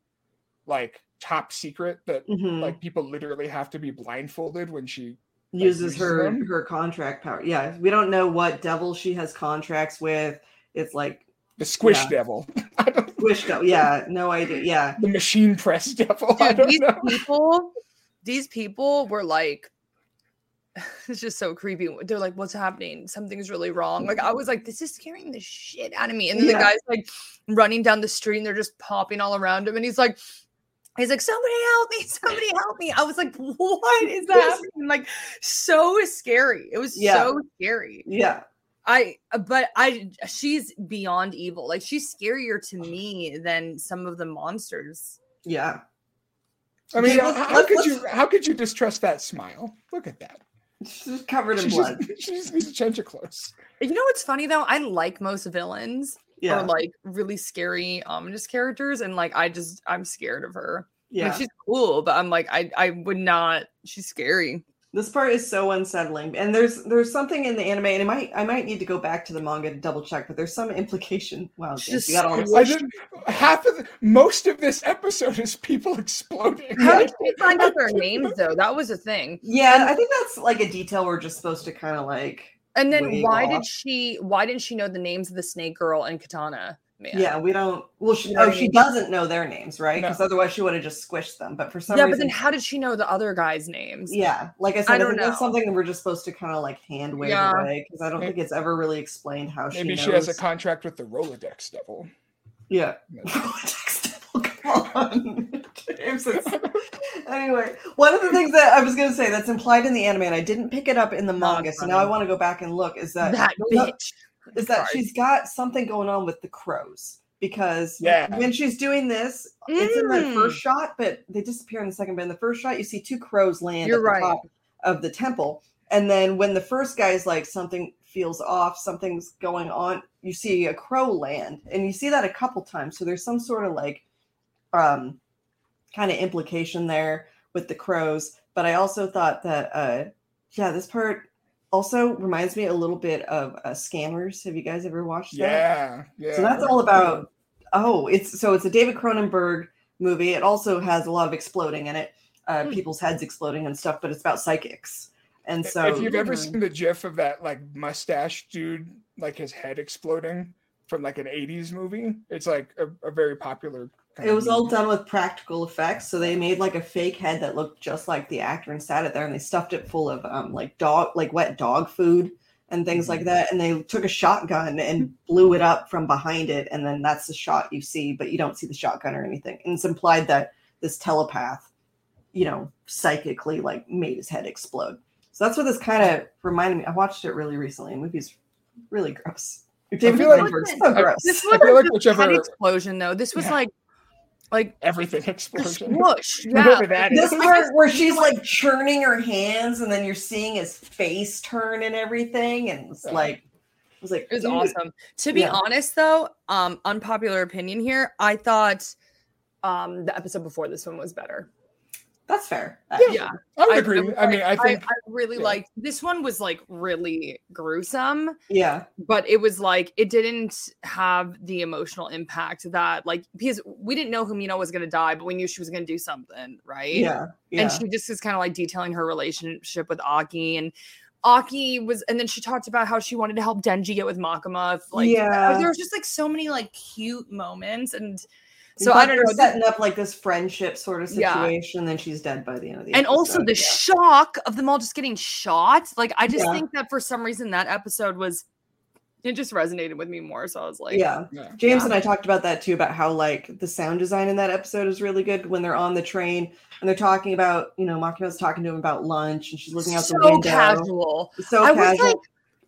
S4: like top secret that
S2: Mhm.
S4: like people literally have to be blindfolded when she
S2: uses
S4: uses
S2: her
S4: them?
S2: her contract power. Yeah, we don't know what devil she has contracts with. It's like
S4: the squish
S2: Yeah.
S4: devil, [laughs] I don't-
S2: squished up. Yeah, no idea. Yeah,
S4: the machine press [laughs] devil. I
S3: Dude,
S4: don't
S3: these
S4: know.
S3: people, these people were like, [laughs] it's just so creepy. They're like, what's happening? Something's really wrong. Like I was like, this is scaring the shit out of me. And then
S2: Yeah.
S3: the guy's like running down the street and they're just popping all around him. And he's like, he's like, somebody help me, somebody help me. I was like, [laughs] what is that? happening? Like so scary. It was
S2: Yeah.
S3: so scary.
S2: yeah.
S3: I but I she's beyond evil. Like she's scarier to me than some of the monsters.
S2: Yeah, [laughs]
S4: I mean,
S2: Yeah,
S4: how,
S2: let's-
S4: how could
S2: let's-
S4: you? How could you distrust that smile? Look at that.
S2: she's covered in
S4: She
S2: blood.
S4: just, [laughs] she just needs to change her clothes.
S3: You know what's funny though? I like most villains
S2: Yeah,
S3: or like really scary ominous characters and like I just I'm scared of her. Like,
S2: yeah.
S3: she's cool, but I'm like I I would not she's scary.
S2: This part is so unsettling, and there's there's something in the anime, and I might I might need to go back to the manga to double check, but there's some implication. [laughs] Wow,
S3: She's
S2: James,
S3: just
S2: you got all
S3: so
S2: this.
S4: I didn't, half of the, most of this episode is people [laughs] exploding.
S3: How
S4: I
S3: did she find out their names though? That was a thing.
S2: Yeah, I think that's like a detail we're just supposed to kind of like.
S3: And then
S2: Way
S3: why
S2: off.
S3: did she why didn't she know the names of the snake girl and katana man?
S2: Yeah, we don't. Well, she,
S3: You know
S2: oh,
S3: what I
S2: she
S3: mean?
S2: doesn't know their names, right?
S4: No.
S2: Because otherwise, she would have just squished them. But for some
S3: Yeah, but
S2: reason,
S3: then how did she know the other guys' names?
S2: yeah, like I
S3: I
S2: said, I
S3: don't
S2: think that's
S3: know.
S2: something that we're just supposed to kind of like hand wave
S3: Yeah.
S2: away because I don't think it's ever really explained how she.
S4: Maybe
S2: knows.
S4: she has a contract with the Rolodex devil. [laughs]
S2: yeah. [laughs] Come on, [laughs] James. it's- Anyway, one of the things that I was going to say that's implied in the anime, and I didn't pick it up in the
S3: Not
S2: manga, so now
S3: funny.
S2: I want to go back and look. Is that
S3: That
S2: no, no,
S3: bitch.
S2: is that
S3: Sorry.
S2: she's got something going on with the crows because
S4: Yeah.
S2: when she's doing this, it's in the
S3: Mm.
S2: first shot, but they disappear in the second. But in the first shot, you see two crows land
S3: You're
S2: at
S3: right.
S2: the top of the temple, and then when the first guy's like something feels off, something's going on, you see a crow land, and you see that a couple times. So there's some sort of like, um, kind of implication there with the crows. But I also thought that, uh, yeah, this part also reminds me a little bit of uh, Scammers. Have you guys ever watched that?
S4: Yeah, yeah.
S2: So that's all about oh, it's so it's a David Cronenberg movie. It also has a lot of exploding in it, uh,
S3: Hmm.
S2: people's heads exploding and stuff, but it's about psychics. And so
S4: if you've ever
S3: Mhm.
S2: Mm-hmm.
S4: seen the GIF of that like mustache dude, like his head exploding from like an '80s movie, it's like a, a very popular. kind
S2: it
S4: of
S2: was all
S4: meme.
S2: done with practical effects. So they made like a fake head that looked just like the actor and sat it there and they stuffed it full of um, like dog, like wet dog food and things like that. And they took a shotgun and blew it up from behind it. And then that's the shot you see, but you don't see the shotgun or anything. And it's implied that this telepath, you know, psychically like made his head explode. So that's what this kind of reminded me. I watched it really recently. and The movie's really gross. David
S4: feel like-
S2: Cronenberg's so gross.
S3: Mm. This
S4: I
S3: was
S4: feel like
S3: like
S4: whichever-
S3: whichever... explosion though. This was
S4: Yeah.
S3: like like
S4: everything [laughs]
S3: the
S4: explosion.
S3: swoosh. Yeah.
S4: Whatever that
S2: this
S4: is.
S2: part
S3: [laughs]
S2: where she's like churning her hands and then you're seeing his face turn and everything and it's
S4: Yeah.
S2: like i was like
S3: It was
S2: "Dude."
S3: awesome. To be
S2: Yeah.
S3: honest, though, um, unpopular opinion here, I thought um the episode before this one was better.
S2: That's fair. Uh,
S4: Yeah.
S3: yeah
S4: I would
S3: I
S4: agree.
S3: really
S4: I mean, I
S3: like-
S4: think
S3: I, really
S4: yeah.
S3: liked this one was like really gruesome,
S2: Yeah.
S3: but it was like it didn't have the emotional impact that like because we didn't know Humino was gonna die, but we knew she was gonna do something, right?
S2: Yeah. Yeah.
S3: And she just is kind of like detailing her relationship with Aki and Aki was and then she talked about how she wanted to help Denji get with Makama. if, Like
S2: Yeah.
S3: there was just like so many like cute moments and so
S2: Because
S3: I don't
S2: they're
S3: know. that-
S2: Setting up like this friendship sort of
S3: Yeah.
S2: situation, then she's dead by the end of the
S3: and also the
S2: episode.
S3: shock of them all just getting shot. Like I just
S2: Yeah.
S3: think that for some reason that episode was it just resonated with me more. So I was like,
S2: yeah.
S4: yeah.
S2: James
S3: Yeah.
S2: and I talked about that too, about how like the sound design in that episode is really good when they're on the train and they're talking about, you know, Makima's talking to him about lunch and she's looking out
S3: so
S2: the window.
S3: casual.
S2: It's so
S3: I was
S2: casual.
S3: like-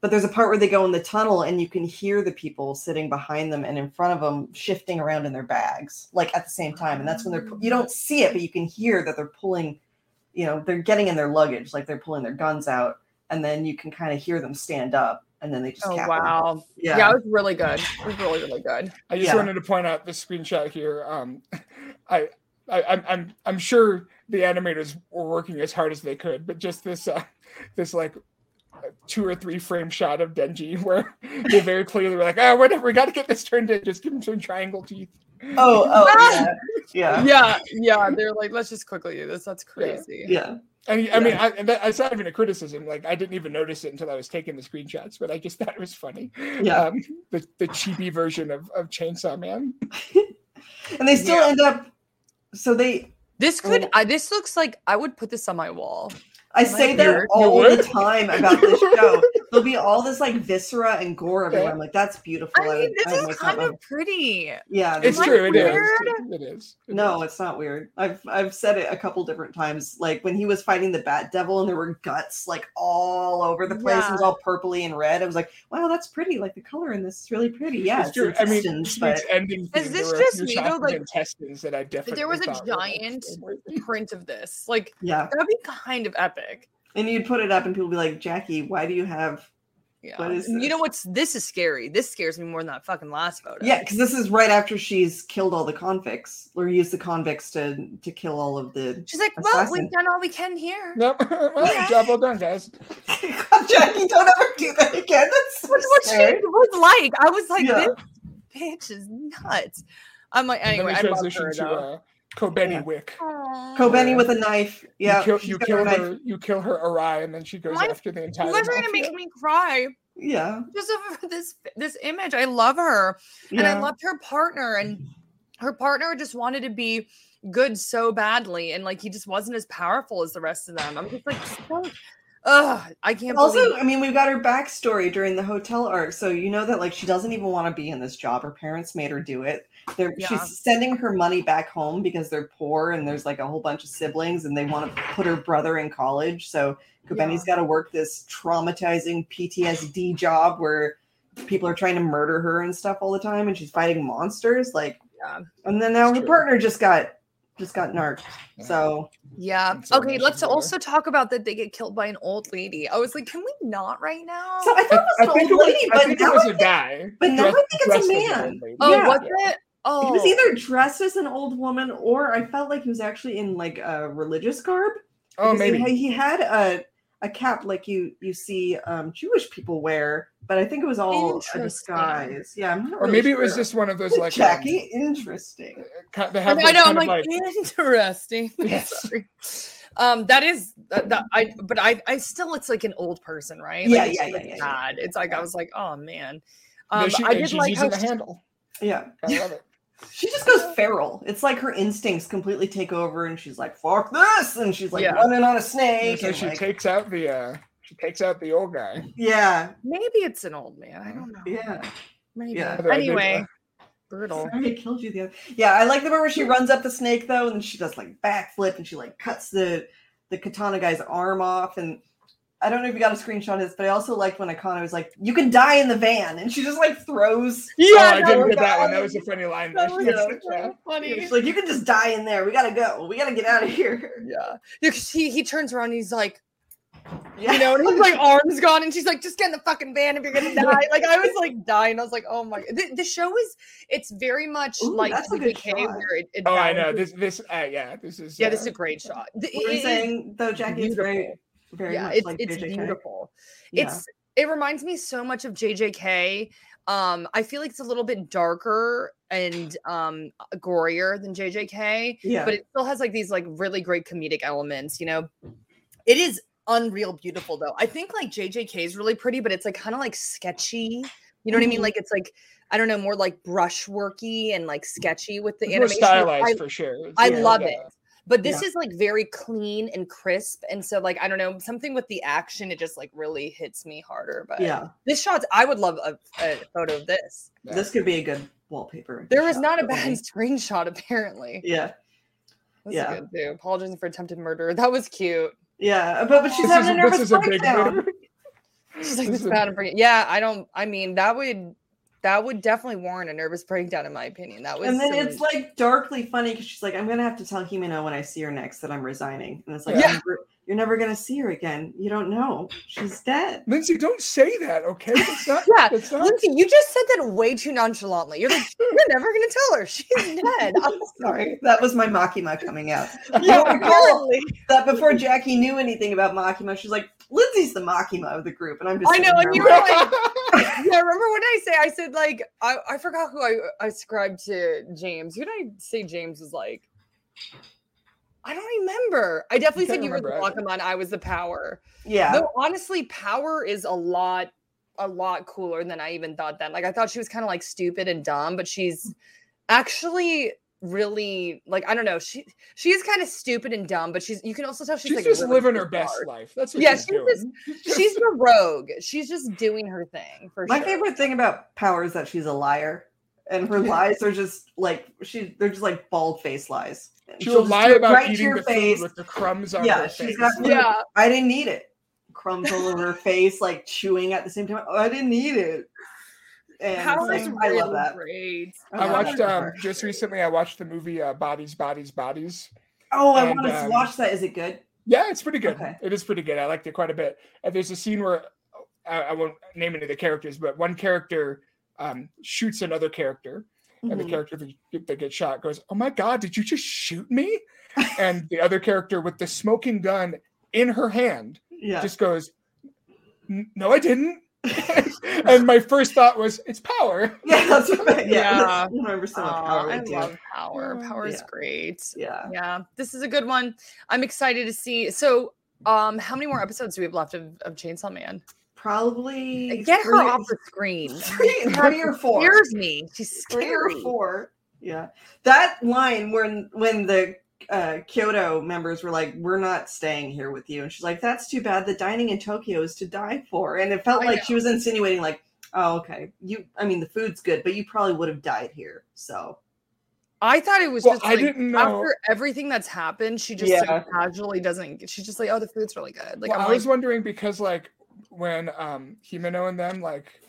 S2: but there's a part where they go in the tunnel and you can hear the people sitting behind them and in front of them shifting around in their bags, like at the same time. And that's when they're pu- you don't see it, but you can hear that they're pulling, you know, they're getting in their luggage, like they're pulling their guns out, and then you can kind of hear them stand up and then they just
S3: Oh
S2: cap 'em.
S3: wow. Yeah.
S2: Yeah.
S3: it was really good. It was really, really good.
S4: I just
S2: Yeah.
S4: wanted to point out this screenshot here. Um, [laughs] I, I, I'm, I'm, I'm sure the animators were working as hard as they could, but just this, uh, [laughs] this like two or three frame shot of Denji [laughs] where they very clearly were like, oh, whatever, we got to get this turned in. Just give him some triangle teeth.
S2: Oh, oh
S3: [laughs]
S2: yeah. Yeah.
S3: Yeah, yeah. They're like, let's just quickly do this. That's
S4: Yeah.
S3: crazy.
S2: yeah.
S4: And he- I mean, I, and that, it's not even a criticism. Like, I didn't even notice it until I was taking the screenshots, but I just [laughs] thought it was funny.
S2: Yeah.
S4: Um, the, the chibi version of, of Chainsaw Man.
S2: And they still
S3: Yeah.
S2: end up so they
S3: This could
S2: Oh.
S3: I this looks like I would put this on my wall.
S2: I
S3: Am I
S2: say that
S4: weird?
S2: all
S4: You
S2: the
S4: would?
S2: time about
S3: [laughs]
S2: this show. There'll be all this like viscera and gore everywhere. I'm like, that's beautiful.
S3: I mean, this
S2: would
S3: is
S2: make that
S3: kind
S2: one.
S3: of pretty.
S2: yeah. this
S4: It's
S3: Am I
S4: true. It is.
S3: weird?
S4: It is. It
S2: No,
S4: is.
S2: it's not weird. I've I've said it a couple different times. Like when he was fighting the Bat Devil and there were guts like all over the place. It was all purpley and red. I was like, wow, that's pretty. Like the color in this is really pretty. Yeah,
S4: It's
S2: it's
S4: true. I mean,
S2: intestines,
S4: it's
S2: but
S4: ending.
S3: Is this
S4: thing, there were a
S3: just
S4: few
S3: me,
S4: shots
S3: though?
S4: of
S3: Like,
S4: intestines that I definitely
S3: was a
S4: thought were, like,
S3: giant-
S4: unworthy.
S3: Print of this. Like
S2: yeah.
S3: that'd be kind of epic.
S2: And you'd put it up and people would be like, Jackie, why do you have
S3: Yeah.
S2: What is
S3: And You know
S2: this?
S3: what's this is scary. This scares me more than that fucking last photo.
S2: Yeah, because this is right after she's killed all the convicts or used the convicts to to kill all of the
S3: She's like, well,
S2: Assassin.
S3: we've done all we can here.
S4: [laughs] No, [laughs] well, job well done, guys.
S2: God, [laughs] Jackie, don't ever do that again. That's so
S3: That's [laughs] what
S2: scary.
S3: she was like. I was like,
S2: Yeah.
S3: this bitch is nuts. I'm like,
S4: And then
S3: anyway,
S4: we
S3: I love
S4: transition
S3: her
S4: to
S3: though.
S4: uh, Kobeni
S2: Yeah.
S4: Wick.
S3: Aw.
S2: Kobeni with a knife. Yeah,
S4: you kill,
S2: she's
S4: you
S2: got
S4: kill
S2: knife.
S4: her. You kill her Arai, and then she goes
S3: Why-
S4: after the entire.
S3: You guys are gonna make
S4: mafia.
S3: me cry
S2: Yeah,
S3: just over this this image. I love her,
S2: yeah.
S3: and I loved her partner, and her partner just wanted to be good so badly, and like he just wasn't as powerful as the rest of them. I'm just like, so, ugh, I can't believe.
S2: also, I mean, we've got her backstory during the hotel arc, so you know that like she doesn't even want to be in this job. Her parents made her do it. They're,
S3: Yeah.
S2: She's sending her money back home because they're poor and there's like a whole bunch of siblings, and they want to put her brother in college. So Kobeni's got to work this traumatizing PTSD job where people are trying to murder her and stuff all the time, and she's fighting monsters. Like,
S3: Yeah.
S2: and then now
S4: It's
S2: her
S4: true.
S2: partner just got just got narked.
S4: Yeah.
S2: So
S3: Yeah.
S4: And so
S3: Okay.
S4: much
S3: Let's
S4: more.
S3: also talk about that they get killed by an old lady. I was like, can we not right now?
S2: So I
S4: I,
S2: thought it was
S4: I
S2: an
S4: think it
S2: old
S4: was,
S2: lady,
S4: I
S2: but
S4: think it
S2: now
S4: was
S2: I
S4: a
S2: think,
S4: guy.
S2: but now I
S4: dressed-
S2: think it's a
S4: dressed as an old
S2: man.
S4: lady.
S3: oh,
S2: yeah.
S3: was it? Oh,
S2: he was either dressed as an old woman or I felt like he was actually in like a religious garb.
S4: Oh,
S2: because he-
S4: maybe.
S2: he, had a a cap like you you see um, Jewish people wear, but I think it was all a
S3: Interesting.
S2: disguise. Yeah, I'm not
S4: Or
S2: really
S4: maybe it was
S2: sure.
S4: just one of those like um,
S2: Jackie. interesting.
S4: ki- They
S3: I
S4: have
S3: know, I
S4: those
S3: know, I'm
S4: kind of
S3: like,
S4: like
S3: interesting. [laughs]
S4: Yes.
S3: Sorry. Um, that is that, that I, but I, I still, it's like an old person, right?
S2: Yeah,
S3: like, it's
S2: yeah,
S3: just,
S2: yeah,
S3: like,
S2: yeah, yeah.
S3: Sad. It's like I was like, oh man.
S4: no,
S3: Um,
S4: she-
S3: I
S4: and
S3: did
S4: she's
S3: like how
S4: using the
S3: she-
S4: handle.
S2: Yeah,
S4: I love it.
S2: she just goes feral. It's like her instincts completely take over, and she's like, "Fuck this!" and she's like
S3: Yeah.
S2: running on a
S4: And
S2: snake.
S4: so
S2: and,
S4: she
S2: like-
S4: takes out the uh, she takes out the old guy.
S2: yeah,
S3: maybe it's an old man. I don't know.
S2: yeah.
S3: Maybe.
S2: yeah. Oh,
S4: Although I did, uh,
S3: Anyway, [laughs] brutal.
S2: Sorry, I killed you the other. Yeah, I like the part where she runs up the snake though, and she does like backflip, and she like cuts the the katana guy's arm off. And I don't know if you got a screenshot of this, but I also liked when Akana was like, "You can die in the van," and she just like throws.
S4: Oh,
S3: Yeah,
S4: I
S3: no,
S4: didn't
S2: we
S4: get that one.
S2: got
S4: That
S2: it.
S4: was a
S2: [laughs]
S4: funny line.
S3: that
S4: though. [laughs]
S3: was
S4: She
S2: yeah.
S4: gets the trap.
S3: so funny.
S2: She's
S3: [laughs]
S2: like, "You can just die in there. We gotta go. We gotta get out of here." [laughs]
S3: Yeah. Because he, he turns around and he's like,
S2: Yeah.
S3: you know, and his like arms gone, and she's like, "Just get in the fucking van if you're gonna die." Like I was like dying. I was like, "Oh my!" The, the show is it's very much
S2: Ooh,
S3: like
S2: that's a good
S3: BBK,
S2: shot.
S3: where it, it
S4: Oh, I know
S3: balances-
S4: this. This, uh, yeah, this is.
S3: Yeah, this is
S4: uh,
S3: a great shot. The-
S2: What
S3: it
S2: are you
S3: is-
S2: saying though, Jackie? It's very, very
S3: yeah,
S2: much
S3: it's
S2: like
S3: it's
S2: JJK.
S3: beautiful.
S2: Yeah.
S3: It's it reminds me so much of JJK. Um, I feel like it's a little bit darker and um gorier than JJK,
S2: yeah,
S3: but it still has like these like really great comedic elements, you know. It is unreal beautiful though. I think like JJK is really pretty, but it's like kind of like sketchy. You know what I mean?
S4: Mm-hmm.
S2: Mhm.
S3: Like it's like I don't know, more like brushworky and like sketchy with the
S4: it's more
S3: animation.
S4: stylized
S3: I-
S4: for sure. It's
S3: I
S4: more,
S3: love
S4: uh,
S3: it. but this is like very clean and crisp and so like i don't know something with the action it just like really hits me harder but
S2: yeah.
S3: this shot's i would love a, a photo of this
S4: Yeah.
S2: This could be a good wallpaper.
S3: there is
S2: shot
S3: not a
S2: for
S3: bad
S2: me.
S3: screenshot apparently
S2: Yeah,
S3: That's
S2: yeah.
S3: good too. apologizing for attempted murder that was cute
S2: yeah, but but she's
S4: This
S2: having
S4: is,
S2: a nervous
S4: this is a big
S2: breakdown.
S4: murder.
S3: she's
S2: [laughs]
S3: like
S4: This
S3: this
S4: is a-
S3: bad break- yeah i don't i mean that would that would definitely warrant a nervous breakdown in my opinion that was
S2: and then
S3: some-
S2: it's like darkly funny because she's like, I'm gonna have to tell Himeno when I see her next that I'm resigning. And it's like,
S3: Yeah.
S2: "I'm never- you're never gonna see her again. You don't know. She's [laughs] dead.
S4: [laughs] Lindsay, don't say that, okay? It's not.
S3: Yeah,
S4: it's not
S3: Lindsay, you just said that way too nonchalantly.
S2: [laughs]
S3: You're like, you're never gonna tell her she's dead. I'm
S2: Sorry, that was my Makima coming out.
S3: Yeah,
S2: [laughs] Yeah,
S3: apparently.
S2: That before Jackie knew anything about Makima, she's like, Lindsay's the Makima of the group, and I'm just
S3: I know,
S2: sitting there
S3: and
S4: [laughs]
S3: you were
S2: like,
S3: like, yeah, remember what I say? I said like I, I forgot who I I ascribed to James. Who did I say James was like? I don't remember. I definitely
S4: can't
S3: said you were the
S4: remember
S3: Wakamon. I was the power.
S2: [laughs] yeah,
S3: Though honestly, power is a lot a lot cooler than I even thought that. Like I thought she was kind of like stupid and dumb, but she's actually really like I don't know. She she is kind of stupid and dumb, but she's you can also tell she's,
S4: she's
S3: like
S4: just
S3: really
S4: living her
S3: smart.
S4: best life. That's what
S3: Yeah,
S4: she's
S3: she's
S4: doing.
S3: just- She's the rogue. She's just doing her thing for
S2: My
S3: sure.
S2: favorite thing about Power is that she's a liar, and her lies are just like she they're just like bald face lies. And
S4: She'll,
S2: just
S4: lie
S2: do it
S4: about
S2: right to
S4: eating
S2: your
S4: the
S2: face.
S4: food with the crumbs on
S2: yeah,
S4: her
S2: she's
S4: face.
S2: got
S3: Yeah.
S2: I didn't need it. Crumbs all over
S3: [laughs]
S2: her face, like chewing at the same time. Oh, I didn't need it. And
S5: How
S2: like,
S5: is
S2: I love that.
S5: Great.
S4: I
S2: love
S4: watched
S2: that.
S4: um just recently. I watched the movie uh, Bodies, Bodies, Bodies.
S2: Oh, I
S4: and,
S2: want to
S4: um,
S2: watch that. Is it good?
S4: Yeah, it's pretty good.
S2: Okay.
S4: It is pretty good. I liked it quite a bit. And there's a scene where I, I won't name any of the characters, but one character um, shoots another character, and the
S2: Mhm.
S4: character that, that gets shot goes, "Oh my god, did you just shoot me?" and the other character with the smoking gun in her hand
S2: Yeah.
S4: just goes, "N- "No, I didn't." [laughs] and my first thought was, "It's power."
S2: [laughs] yeah, that's right. Yeah.
S3: Yeah.
S2: that's- I remember so much
S3: Aw,
S2: power.
S3: I
S2: too.
S3: love power. Power is
S2: Yeah.
S3: great.
S2: yeah.
S3: Mm, Yeah, this is a good one. I'm excited to see. So, um, how many more episodes do we have left of, of Chainsaw Man?
S2: Probably
S3: Get her
S2: three-
S3: off the [laughs] screen.
S2: [laughs] three, three or four.
S3: Scares me. She's
S2: three or
S3: scary.
S2: four. Yeah, that line when when the uh, Kyoto members were like, "We're not staying here with you," and she's like, "That's too bad. The dining in Tokyo is to die for." And it felt
S3: I
S2: like
S3: know.
S2: she was insinuating, like, "Oh, okay, you. I mean, the food's good, but you probably would have died here." So
S3: I thought it was
S4: Well,
S3: just
S4: I
S3: like,
S4: didn't know.
S3: after everything that's happened, she just
S2: Yeah.
S3: so casually doesn't. She's just like, oh, the food's really good. Like
S4: well,
S3: I'm
S4: I
S3: like,
S4: was wondering because like when um Himeno and them like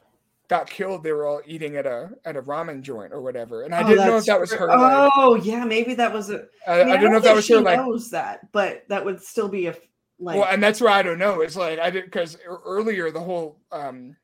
S4: got killed, they were all eating at a at a ramen joint or whatever, and I
S2: Oh,
S4: didn't know if
S2: that's
S4: that was
S2: true.
S4: her. like,
S2: Oh, yeah, maybe that was. A,
S4: I, I,
S2: mean,
S4: don't know if that
S2: think
S4: was
S2: she
S4: her. Like,
S2: knows that, but that would still be a like.
S4: well, and that's where I don't know. It's like I didn't because earlier the whole um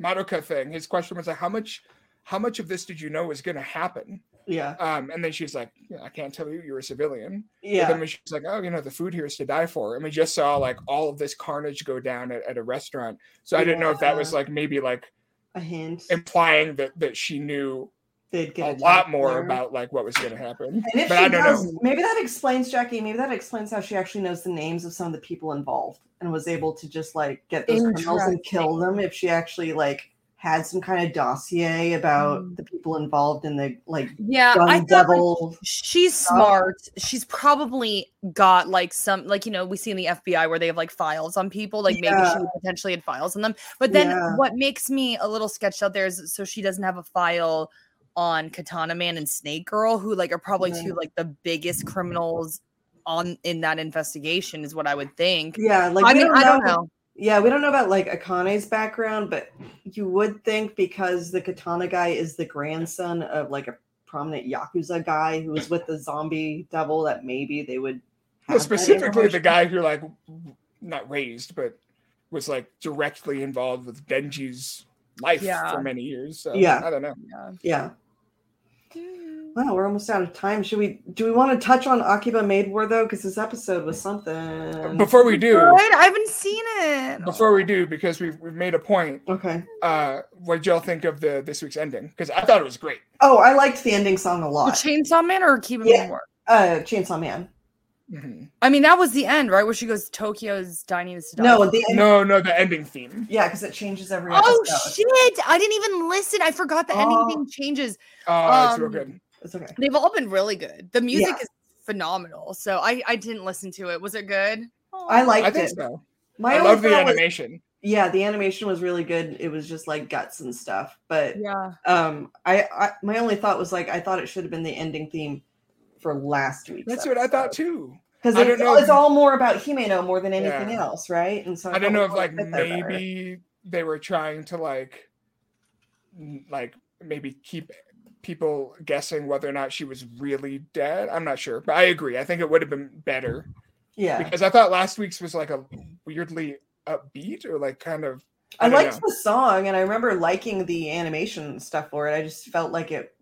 S4: Madoka thing. His question was like, how much. How much of this did you know was going to happen?
S2: yeah,
S4: Um, and then she's like, yeah, "I can't tell you. You're a civilian." But
S2: yeah,
S4: then when she's like, oh, you know, the food here is to die for. And we just saw like all of this carnage go down at, at a restaurant. So I didn't know if that was like maybe like
S2: a hint.
S4: implying that that she knew
S2: They'd
S4: a
S2: get
S4: lot
S2: attacked
S4: more
S2: later.
S4: about like what was going
S2: [laughs]
S4: to happen. [laughs]
S2: And if
S4: But
S2: she
S4: I don't
S2: does,
S4: know.
S2: maybe that explains Jackie. Maybe that explains how she actually knows the names of some of the people involved and was able to just like get those criminals and kill them. If she actually like had some kind of dossier about the people involved in the like
S3: yeah,
S2: gun
S3: Mm. Uh, I thought like,
S2: devil.
S3: she's smart. She's probably got like some, like you know, we see in the FBI where they have like files on people. Like maybe
S2: Yeah.
S3: she potentially had files on them. But then
S2: Yeah.
S3: what makes me a little sketched out there is so she doesn't have a file on Katana Man and Snake Girl, who like are probably two
S2: Mm-hmm.
S3: like the biggest criminals on in that investigation, is what I would think.
S2: yeah, like
S3: I
S2: we
S3: mean, I don't know.
S2: Yeah, we don't know about like Akane's background, but you would think because the katana guy is the grandson of like a prominent yakuza guy who was with the zombie devil that maybe they would
S4: Well,
S2: have that
S4: specifically the
S2: information.
S4: guy who like not raised, but was like directly involved with Denji's life
S3: Yeah.
S4: for many years. So
S2: Yeah.
S4: I don't know.
S3: Yeah.
S2: Yeah. Wow, we're almost out of time. Should we? Do we want to touch on Akiba Maid War though? Because this episode was something.
S4: Before we do,
S3: Good. I haven't seen it.
S4: before we do, because we've, we've made a point,
S2: Okay.
S4: uh, what did y'all think of the this week's ending? Because I thought it was great.
S2: Oh, I liked the ending song a
S3: The
S2: lot.
S3: Chainsaw Man or Keep It
S2: Yeah.
S3: More?
S2: Uh, Chainsaw Man.
S4: Mhm.
S3: I mean, that was the end, right? Where she goes, Tokyo's dining is to die.
S2: No, the end,
S4: No, no, the ending theme.
S2: yeah, because it changes every.
S3: Oh
S2: episode.
S3: shit! I didn't even listen. I forgot the
S2: Oh.
S3: ending thing changes.
S4: Oh, it's real
S3: Um,
S4: good.
S2: It's okay.
S3: They've all been really good. The music
S2: Yeah.
S3: is phenomenal. So I I didn't listen to it. Was it good?
S2: I liked
S4: I think
S2: it.
S4: so.
S2: My
S4: I
S2: only
S4: love the
S2: thought was-
S4: animation.
S2: yeah, the animation was really good. It was just like guts and stuff. But
S3: Yeah.
S2: um, I, I my only thought was like I thought it should have been the ending theme for last week.
S4: That's what I thought too.
S2: Because
S4: I don't
S2: it's,
S4: know
S2: it's
S4: if-
S2: all more about Himeno more than anything
S4: Yeah.
S2: else, right? And so
S4: I don't know if like
S2: fit there better.
S4: maybe they were trying to like n- like maybe keep people guessing whether or not she was really dead. I'm not sure, but I agree. I think it would have been better
S2: yeah.
S4: because I thought last week's was like a weirdly upbeat or like kind of I
S2: I,
S4: don't
S2: liked the song and I remember liking the animation stuff for it. I just felt like it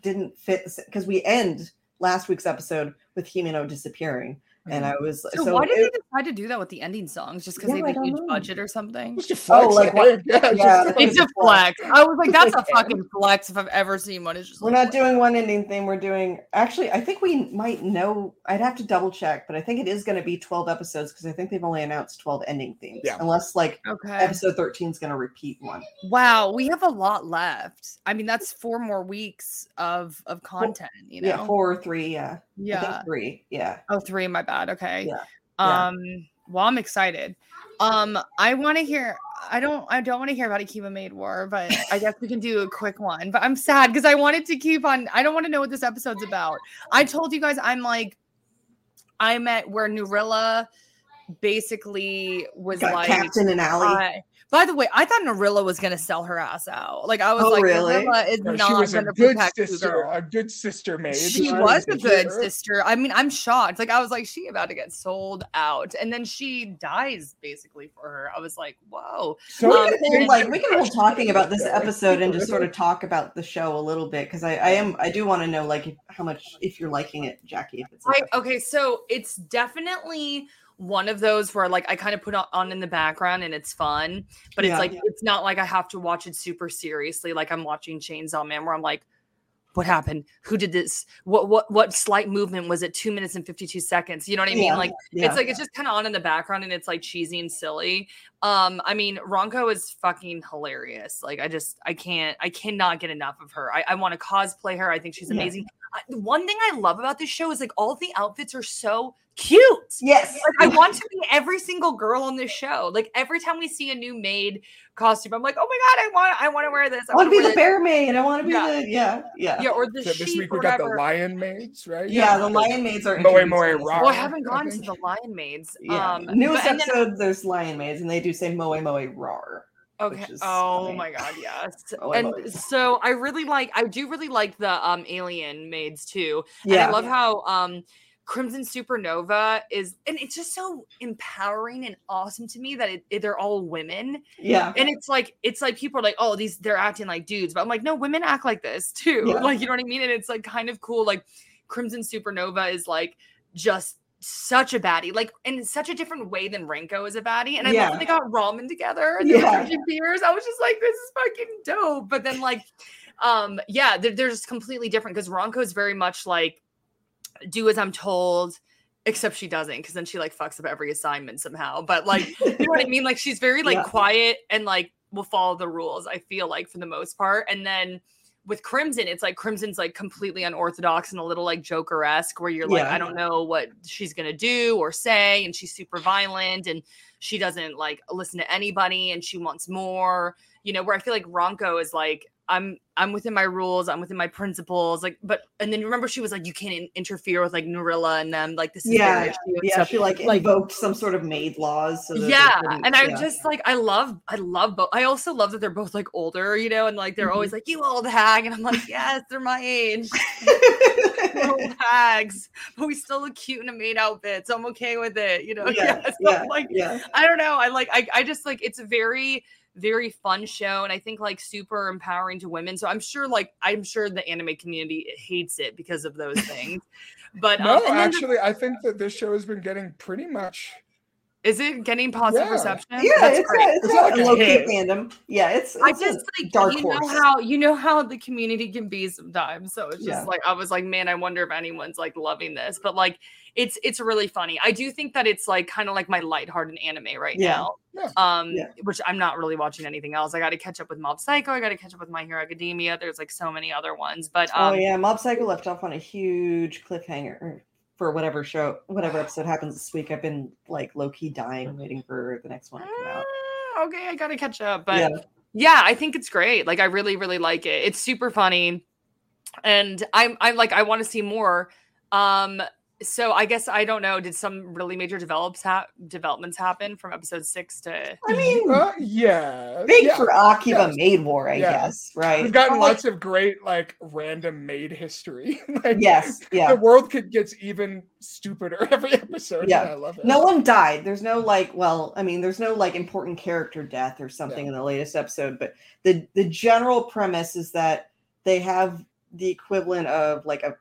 S2: didn't fit because we end last week's episode with Himeno disappearing, and I was
S3: Mm. So,
S2: so,
S3: why did
S2: it-
S3: they decide to do that with the ending songs? Just because
S2: Yeah,
S3: they
S2: I
S3: have a
S2: don't
S3: huge
S2: know.
S3: budget or something?
S4: just a flex,
S2: like,
S4: I
S2: what-
S4: think. [laughs] Yeah, it's
S2: yeah,
S4: just a
S2: I think
S3: It's
S4: flex.
S3: a flex. I was like,
S2: It's
S3: that's a
S2: like it.
S3: fucking flex if I've ever seen one. It's just
S2: we're
S3: like,
S2: not doing one ending thing. We're doing actually. I think we might know. I'd have to double check, but I think it is going to be twelve episodes because I think they've only announced twelve ending themes.
S4: Yeah.
S2: Unless like
S3: Okay.
S2: episode thirteen is going to repeat one.
S3: Wow, we have a lot left. I mean, that's four more weeks of of content, you know.
S2: Yeah, four or three. Yeah. I think
S3: Yeah.
S2: three. Yeah.
S3: Oh, three. My bad. Okay.
S2: Yeah, yeah.
S3: Um. Well, I'm excited. Um. I want to hear. I don't. I don't want to hear about Akiba Made War, but I guess we can do a quick one. But I'm sad because I wanted to keep on. I don't want to know what this episode's about. I told you guys I'm like, I'm at where Nurilla basically was
S2: Got
S3: like
S2: Captain and Allie.
S3: I- by the way, I thought Narilla was gonna sell her ass out. Like I was
S2: Oh,
S3: like,
S2: really?
S3: Narilla is
S4: No,
S3: not
S4: she was a
S3: gonna
S4: good
S3: protect you,
S4: sister,
S3: girl.
S4: a good sister maid.
S3: She
S2: She
S3: was a
S4: was a
S3: good
S4: hero.
S3: sister. I mean, I'm shocked. Like I was like, she about to get sold out, and then she dies basically for her. I was like, whoa.
S4: So
S2: we
S3: Um,
S2: can hold,
S3: and-
S2: like we can hold talking about this episode and just sort of talk about the show a little bit because I, I am I do want to know like if, how much if you're liking it, Jackie. If it's
S3: I, okay, so it's definitely one of those where like I kind of put on, on in the background and it's fun, but
S2: Yeah.
S3: it's like it's not like I have to watch it super seriously. Like I'm watching Chainsaw Man, where I'm like, what happened? Who did this? What what what slight movement was it? Two minutes and fifty two seconds. You know what I mean?
S2: Yeah,
S3: Like
S2: yeah.
S3: it's like it's just kind of on in the background and it's like cheesy and silly. Um, I mean Ronco is fucking hilarious. Like I just I can't I cannot get enough of her. I, I want to cosplay her. I think she's
S2: Yeah.
S3: amazing. I, the one thing I love about this show is like all of the outfits are so cute.
S2: yes,
S3: Like, I want to be every single girl on this show. Like every time we see a new maid costume, I'm like, oh my god, I want I want to wear this.
S2: I want to
S3: wanna
S2: be
S3: wear
S2: the bear maid. I want to be
S3: Yeah.
S2: the yeah yeah
S3: this." Yeah, or the
S4: So this
S3: sheep,
S4: week we got
S3: whatever.
S4: the lion maids, right?
S2: yeah. The lion maids are
S4: Moe Moe
S2: introduced.
S4: Ra.
S3: Well, I
S4: Ra,
S3: haven't
S4: I
S3: gone to
S4: think.
S3: the lion maids.
S2: Yeah.
S3: Um,
S2: Newest
S3: but- and then-
S2: episode, there's lion maids, and they do say moe moe rar. which
S3: Okay.
S2: is
S3: Oh
S2: funny.
S3: my god, yes.
S2: Oh, I love
S3: and
S2: it.
S3: so I really like I do really like the um alien maids too. And
S2: Yeah,
S3: I love how um Crimson Supernova is and it's just so empowering and awesome to me that it, it- they're all women.
S2: yeah,
S3: And it's like it's like people are like, "Oh, these they're acting like dudes." But I'm like, "No, women act like this [laughs] too."
S2: Yeah.
S3: Like, you know what I mean? And it's like kind of cool like Crimson Supernova is like just such a baddie, like in such a different way than Renko is a baddie. And I
S2: Yeah.
S3: love that they got ramen together and they were
S2: Yeah.
S3: drinking beers. I was just like, this is fucking dope. But then like, um, yeah, they're, they're just completely different because Ronko is very much like do as I'm told, except she doesn't because then she like fucks up every assignment somehow. But like, you know what I mean? Like she's very like
S2: Yeah.
S3: quiet and like will follow the rules. I feel like for the most part, and then. With Crimson, it's like Crimson's like completely unorthodox and a little like Joker esque, where you're like,
S2: Yeah.
S3: I don't know what she's gonna do or say, and she's super violent and she doesn't like listen to anybody and she wants more, you know. Where I feel like Ronco is like, I'm I'm within my rules, I'm within my principles. Like, but and then remember she was like, you can't in- interfere with like Norilla and them. Like this is
S2: Yeah,
S3: their issue and
S2: [laughs] yeah,
S3: stuff.
S2: she like,
S3: like-
S2: invoked some sort of maid laws. So that they
S3: yeah,
S2: couldn't-
S3: and
S2: [laughs]
S3: I'm
S2: yeah.
S3: just like, I love, I love both. I also love that they're both like older, you know, and like they're
S2: Mm-hmm.
S3: always like, you old hag, and I'm like, yes, they're my age, [laughs]
S2: [laughs]
S3: we're old hags, but we still look cute in a maid outfit, so I'm okay with it, you know. [laughs]
S2: Yeah,
S3: so
S2: yeah,
S3: like
S2: yeah.
S3: I don't know. I like I, I just like it's a very very fun show and I think like super empowering to women. So I'm sure like I'm sure the anime community hates it because of those things. But um,
S4: No,
S3: and then the-
S4: actually, I think that this show has been getting pretty much.
S3: is it getting positive
S4: Yeah.
S3: reception?
S2: Yeah,
S3: That's
S2: it's
S3: great.
S2: not, it's
S4: It's
S2: not
S4: like
S2: a
S4: a
S2: low key
S4: hit.
S2: fandom. Yeah, it's,
S3: I
S2: it's a
S3: just like
S2: dark
S3: you
S2: horse.
S3: know how you know how the community can be sometimes. So it's just
S2: Yeah.
S3: like I was like, man, I wonder if anyone's like loving this. But like it's it's really funny. I do think that it's like kind of like my lighthearted anime right
S2: Yeah.
S3: now.
S4: Yeah.
S3: Um
S2: Yeah.
S3: which I'm not really watching anything else. I gotta catch up with Mob Psycho, I gotta catch up with My Hero Academia. There's like so many other ones. But um
S2: oh yeah, Mob Psycho left off on a huge cliffhanger for whatever show, whatever episode happens this week. I've been like low key dying, waiting for the next one to come out.
S3: Ah, okay, I gotta catch up. But yeah. I think it's great. Like I really, really like it. It's super funny. And I'm I'm like, I want to see more. Um, so I guess I don't know. Did some really major develops ha- developments happen from episode six to
S2: I mean,
S4: Uh, yeah,
S2: big
S4: yeah.
S2: for Akiba
S4: yes.
S2: Maid War, I
S4: Yeah.
S2: guess, right?
S4: We've gotten
S2: But, like,
S4: lots of great, like random made history. [laughs] like,
S2: Yes, yeah.
S4: the world could gets even stupider [laughs] every episode.
S2: Yeah.
S4: Yeah, I love it.
S2: No one died. There's no like, well, I mean, there's no like important character death or something in the latest episode, but the the general premise is that they have the equivalent of like a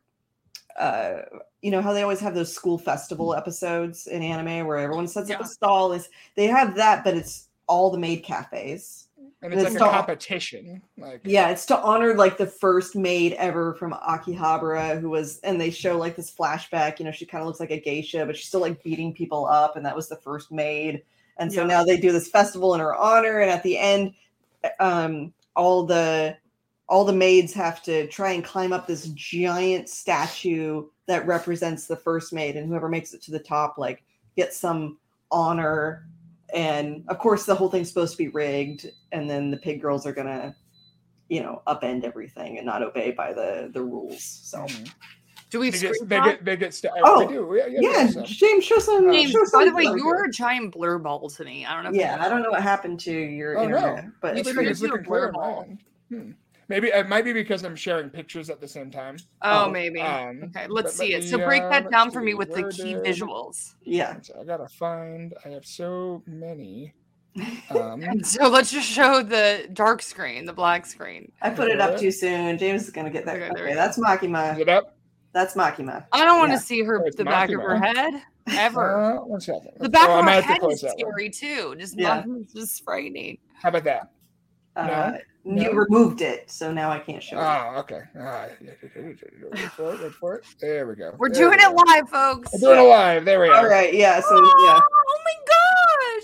S2: uh you know how they always have those school
S4: Mm.
S2: festival episodes in anime where everyone sets up
S3: Yeah.
S2: a stall is they have that but it's all the maid cafes
S4: and it's
S2: It's
S4: like
S2: not-
S4: a competition. Like,
S2: yeah, it's to honor like the first maid ever from Akihabara, who was, and they show like this flashback. You know, she kind of looks like a geisha, but she's still like beating people up, and that was the first maid. And so
S3: Yeah.
S2: now they do this festival in her honor, and at the end, um, all the all the maids have to try and climb up this giant statue that represents the first maid, and whoever makes it to the top, like, gets some honor. And of course, the whole thing's supposed to be rigged, and then the pig girls are gonna you know upend everything and not obey by the the rules so
S4: Mhm.
S3: do we
S4: They get,
S3: screen
S4: they
S3: that?
S4: get, they get stu-
S2: Oh,
S4: we do. Yeah, yeah,
S2: yeah
S4: so.
S2: james show some
S4: Uh,
S3: Mm-hmm. James,
S2: show
S3: by the
S2: some
S3: way,
S2: love
S3: you were a giant blur ball to me. I don't
S2: here.
S3: know. if you
S2: yeah
S3: know
S2: i don't know what happened to your
S4: Oh, no.
S2: internet but
S4: Looks
S3: You
S4: like
S3: should
S4: it's
S3: do a
S4: looking clear
S3: blur ball.
S4: and round. Hmm. Maybe it might be because I'm sharing pictures at the same time.
S3: that. Oh,
S2: Oh,
S3: maybe.
S4: um,
S3: okay, let's
S4: but let
S3: see it. So
S4: me,
S3: break
S4: uh,
S3: that
S4: let's
S3: down for me
S4: see,
S3: with the
S4: where
S3: key
S4: did-
S3: visuals. [laughs]
S2: yeah [laughs]
S4: So I gotta find. I have so many. Um,
S3: So let's just show the dark screen, the black screen.
S2: i put it up
S4: Yeah.
S2: too soon james is gonna get that
S3: Okay,
S2: okay,
S3: there we go.
S2: that's
S4: is
S2: makima
S4: it up?
S2: that's makima
S3: I don't want to
S2: Yeah.
S3: see her
S4: Oh, it's
S3: the back of her
S4: Makima.
S3: head ever.
S4: Uh, one second.
S3: The back
S4: Oh,
S3: of
S4: I'm
S3: her
S4: gonna have to
S3: head
S4: close
S3: is
S4: that one.
S3: scary too. Just
S2: Yeah.
S3: yeah. just frightening.
S4: How about that?
S2: uh,
S4: No.
S2: you removed it so now i can't show it
S4: Oh, okay. Ah, wait for it. Wait for it. There we go.
S3: We're
S4: There
S3: doing
S4: we
S3: it
S4: go. uh,
S3: live, folks.
S4: We're doing it live. There we
S2: all
S4: are.
S2: right yeah so yeah
S3: Oh, oh my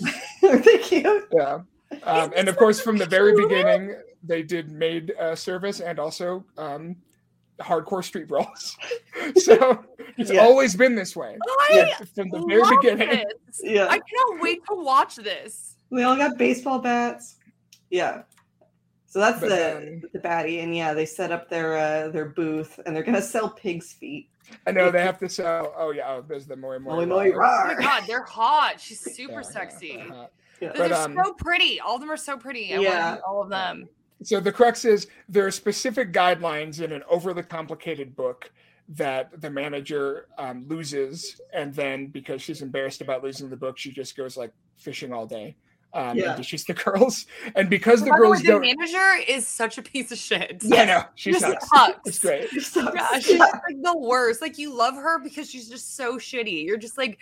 S2: [laughs]
S3: gosh.
S2: thank you
S4: Yeah. Um, and of course, from the very beginning, they did maid uh, service and also um, hardcore street brawls. [laughs] so it's
S2: Yeah.
S4: always been this way
S3: I
S4: [laughs] from the very
S3: love
S4: beginning.
S3: this.
S2: yeah
S3: I cannot wait to watch this.
S2: We all got baseball bats. Yeah. So that's
S4: But,
S2: the
S4: um,
S2: the baddie, and yeah, they set up their uh, their booth, and they're gonna sell pigs' feet.
S4: I know they have to sell. Oh yeah, oh, there's the Moi Moi.
S2: Moi moi
S4: Rawls.
S3: Oh my
S2: rar.
S3: god, they're hot. She's super
S4: Yeah, yeah,
S3: sexy.
S4: uh-huh.
S2: Yeah.
S3: They're,
S4: But,
S3: they're
S4: um,
S3: so pretty. All of them are so pretty. I
S2: Yeah.
S3: want to all of them.
S4: So the crux is there are specific guidelines in an overly complicated book that the manager um, loses, and then because she's embarrassed about losing the book, she just goes like fishing all day. Um,
S2: Yeah.
S4: and dishes the [laughs] girls, and because the
S3: By the way,
S4: girls
S3: the
S4: don't,
S3: manager is such a piece of shit.
S4: I know she
S3: Just
S4: sucks.
S3: sucks.
S4: It's great.
S2: It sucks.
S3: Yeah, she's
S2: [laughs] Yeah.
S3: like the worst. Like you love her because she's just so shitty. You're just like,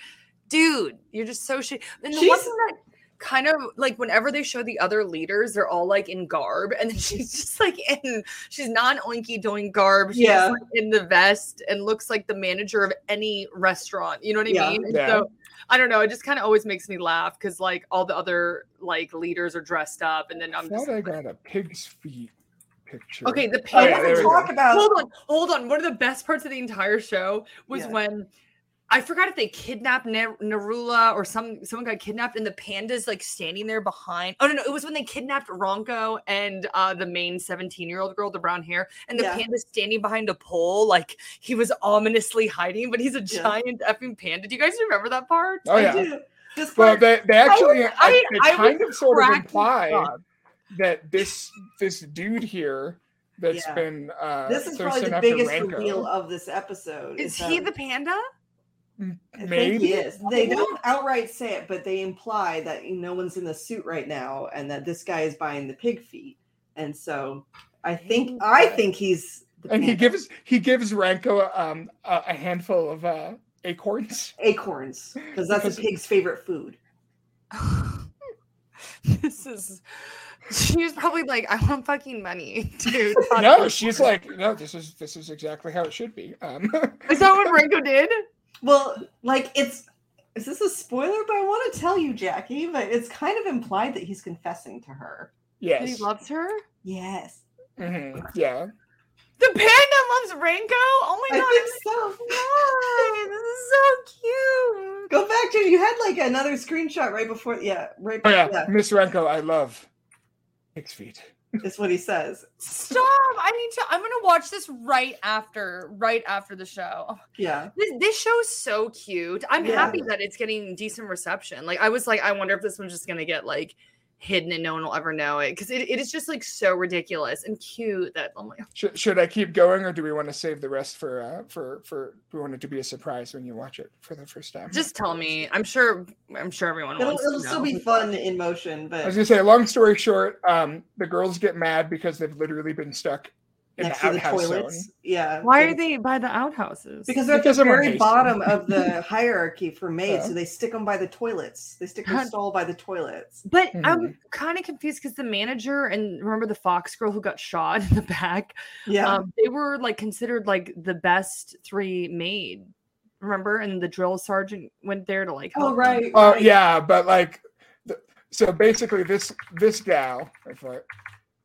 S3: dude, you're just so shitty. And the one
S2: She's-
S3: thing that kind of like whenever they show the other leaders, they're all like in garb, and then [laughs] she's just like in she's non oinky doing garb. She's
S2: Yeah.
S3: like, in the vest and looks like the manager of any restaurant. You know what I
S2: Yeah.
S3: mean? And
S4: Yeah.
S3: So I don't know. It just kind of always makes me laugh because like all the other like leaders are dressed up, and then
S4: I
S3: I'm just
S4: thought I got a pig's feet picture.
S3: okay. The
S4: Oh,
S2: I
S4: yeah,
S3: pants
S4: there
S2: want to
S4: we go.
S2: talk about
S3: hold on, hold on. One of the best parts of the entire show was
S2: Yeah.
S3: when I forgot if they kidnapped Nar- Narula or some someone got kidnapped and the panda's like standing there behind. Oh no, no, it was when they kidnapped Ronko and uh the main 17-year-old girl, with the brown hair, and the
S2: Yeah.
S3: panda's standing behind a pole, like he was ominously hiding, but he's a
S2: Yeah.
S3: giant effing panda. Do you guys remember that part?
S4: Oh yeah.
S2: do. This
S4: Well,
S2: part,
S4: they, they actually
S3: was- I-
S4: they
S3: I
S4: kind
S3: was
S4: of sort of
S3: cracking
S4: imply
S3: up.
S4: that this this dude here that's
S2: Yeah.
S4: been uh,
S2: this is
S4: they're
S2: probably
S4: sent
S2: the
S4: after
S2: biggest
S4: Ranko.
S2: reveal of this episode.
S3: Is he
S2: that-
S3: the panda? [laughs]
S2: I think
S4: Maybe
S2: he is. They don't outright say it, but they imply that no one's in the suit right now, and that this guy is buying the pig feet. And so, I think I think he's. The
S4: and he
S2: pig-
S4: gives he gives Ranko um, a, a handful of uh,
S2: [laughs]
S4: acorns.
S2: acorns because that's
S4: Because-
S2: a pig's favorite food.
S3: this is she was probably like, I want fucking money, [laughs] dude.
S4: No, she's like, no, this is this is exactly how it should be. Um,
S3: Is that what Ringo did?
S2: Well, like it's. Is this a spoiler? But I want to tell you, Jackie. But it's kind of implied that he's confessing to her.
S3: That
S4: [laughs] yes,
S3: He loves her.
S2: Yes,
S4: Mhm, yeah,
S3: The panda loves Ringo. Oh
S2: [laughs]
S3: my
S2: I
S3: god!
S2: think
S3: it's-
S2: so.
S3: Yay, this is so cute.
S2: Go back to you had like another screenshot right before. Yeah, right.
S4: oh yeah,
S2: yeah
S4: Miss Ranko, I love six feet.
S2: is what he says.
S6: Stop! I need to. I'm gonna watch this right after, right after the show.
S2: Yeah.
S3: Oh, This, this show is so cute. I'm
S2: Yeah.
S3: happy that it's getting decent reception. Like I was like, I wonder if this one's just gonna get like hidden and no one will ever know it because it, it is just like so ridiculous and cute that oh my
S4: Should, should I keep going, or do we want to save the rest for uh, for for? We want it to be a surprise when you watch it for the first time.
S3: just tell me i'm sure i'm sure everyone
S2: It'll,
S3: wants to
S2: it'll still
S3: know.
S2: be fun in motion,
S4: I was
S2: but
S4: gonna say, long story short, um, the girls get mad because they've literally been stuck in
S2: next
S4: the
S2: to the
S4: outhouse
S2: toilets.
S4: zone.
S2: Yeah.
S3: why are
S2: they-
S3: they by the outhouses
S2: Because they're
S4: Because
S2: at the
S4: I'm on
S2: very
S4: Jason.
S2: bottom of
S4: [laughs]
S2: the hierarchy for maids,
S4: Yeah.
S2: so they stick them by the toilets. They stick their
S3: God.
S2: stall by the toilets.
S3: But
S4: Mhm.
S2: Mm-hmm.
S3: I'm kind of confused because the manager and remember the Fox girl who got shot [laughs] in the back?
S2: Yeah.
S3: Um, they were like considered like the best three maid. Remember? And the drill sergeant went there to like
S2: oh
S3: help them.
S2: right.
S4: Oh
S2: right.
S4: yeah, but like, the, so basically, this this gal, if I-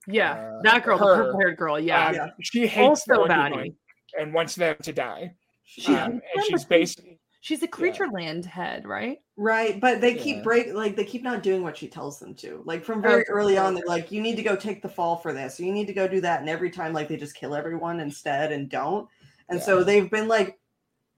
S3: Yeah.
S4: Uh,
S3: that girl, the
S4: her.
S3: purple haired girl. Yeah.
S4: um,
S2: Yeah.
S4: she hates the
S3: also
S4: Wonder
S3: baddie.
S4: Woman and wants them to die.
S2: She-
S4: Um,
S3: Yeah.
S4: and
S3: Remember,
S4: she's
S3: she-
S4: basically
S3: She's a creature land head, right?
S2: Right. But they keep
S4: Yeah.
S2: break like they keep not doing what she tells them to. Like from very
S3: for
S2: early on,
S3: sure.
S2: they're like, you need to go take the fall for this. You need to go do that. And every time like they just kill everyone instead and don't. And so they've been like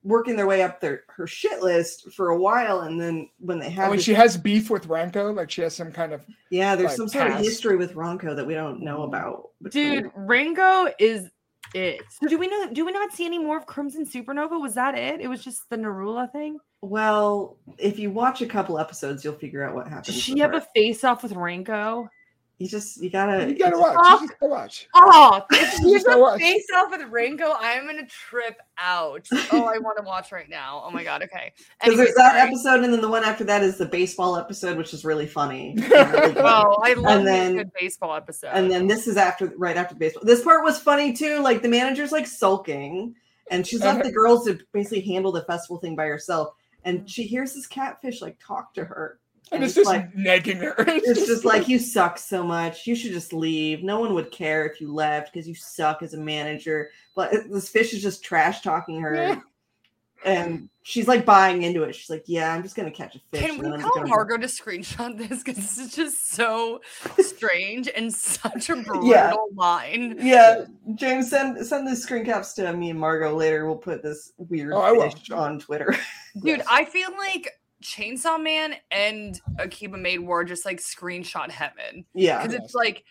S2: working their way up their her shit list for a while. And then when they have
S4: when
S2: this-
S4: Oh, she has beef with Ranko, like she has some kind of
S2: Yeah, there's
S4: like,
S2: some sort of
S4: past. Mm-hmm.
S2: history with Ronco that we don't know about. between-
S3: Dude, Ringo is it. So do we know do we not see any more of Crimson Supernova? Was that it? It was just the Narula thing?
S2: Well, if you watch a couple episodes, you'll figure out what
S3: Did
S2: happens.
S3: she
S2: with
S3: have
S2: her.
S3: a face off with Ringo?
S2: You just you gotta.
S4: you gotta
S2: it's-
S4: watch, you just gotta watch.
S2: [laughs]
S3: Oh,
S4: You
S3: if
S4: just
S3: she's
S4: gotta
S3: a
S4: watch.
S3: face off with Ringo, I'm gonna trip out. Oh, I want to watch right now. Oh my god. Okay.
S2: [laughs] Because
S3: Anyway,
S2: there's that
S3: sorry.
S2: episode, and then the one after that is the baseball episode, which is really
S4: [laughs]
S2: funny.
S3: Oh, I love
S2: And
S3: these
S2: then-
S3: good baseball episode.
S2: and then this is after right after the baseball. This part was funny too. Like the manager's like sulking, and she's
S4: Uh-huh.
S2: left the girls to basically handle the festival thing by herself. And she hears this catfish like talk to her.
S4: Mm-hmm. and it's
S2: it's
S4: just
S2: like-
S4: nagging her. [laughs]
S2: It's just like you suck so much. You should just leave. No one would care if you left because you suck as a manager. But it- this fish is just trash talking her,
S4: Yeah.
S2: and she's like buying into it. She's like, "Yeah, I'm just gonna catch a fish."
S6: Can
S2: and
S6: we
S2: then I'm just
S6: tell
S2: gonna-"
S6: Margot to screenshot this because this is just so strange and such a brutal
S2: [laughs] Yeah.
S6: line.
S2: Yeah, James, send send the screen caps to me and Margot later. We'll put this weird
S4: Oh, I will.
S2: fish on Twitter. [laughs]
S6: Dude, I feel like Chainsaw Man and Akiba Made War just like screenshot heaven
S2: yeah,
S6: because
S4: Yes.
S6: it's like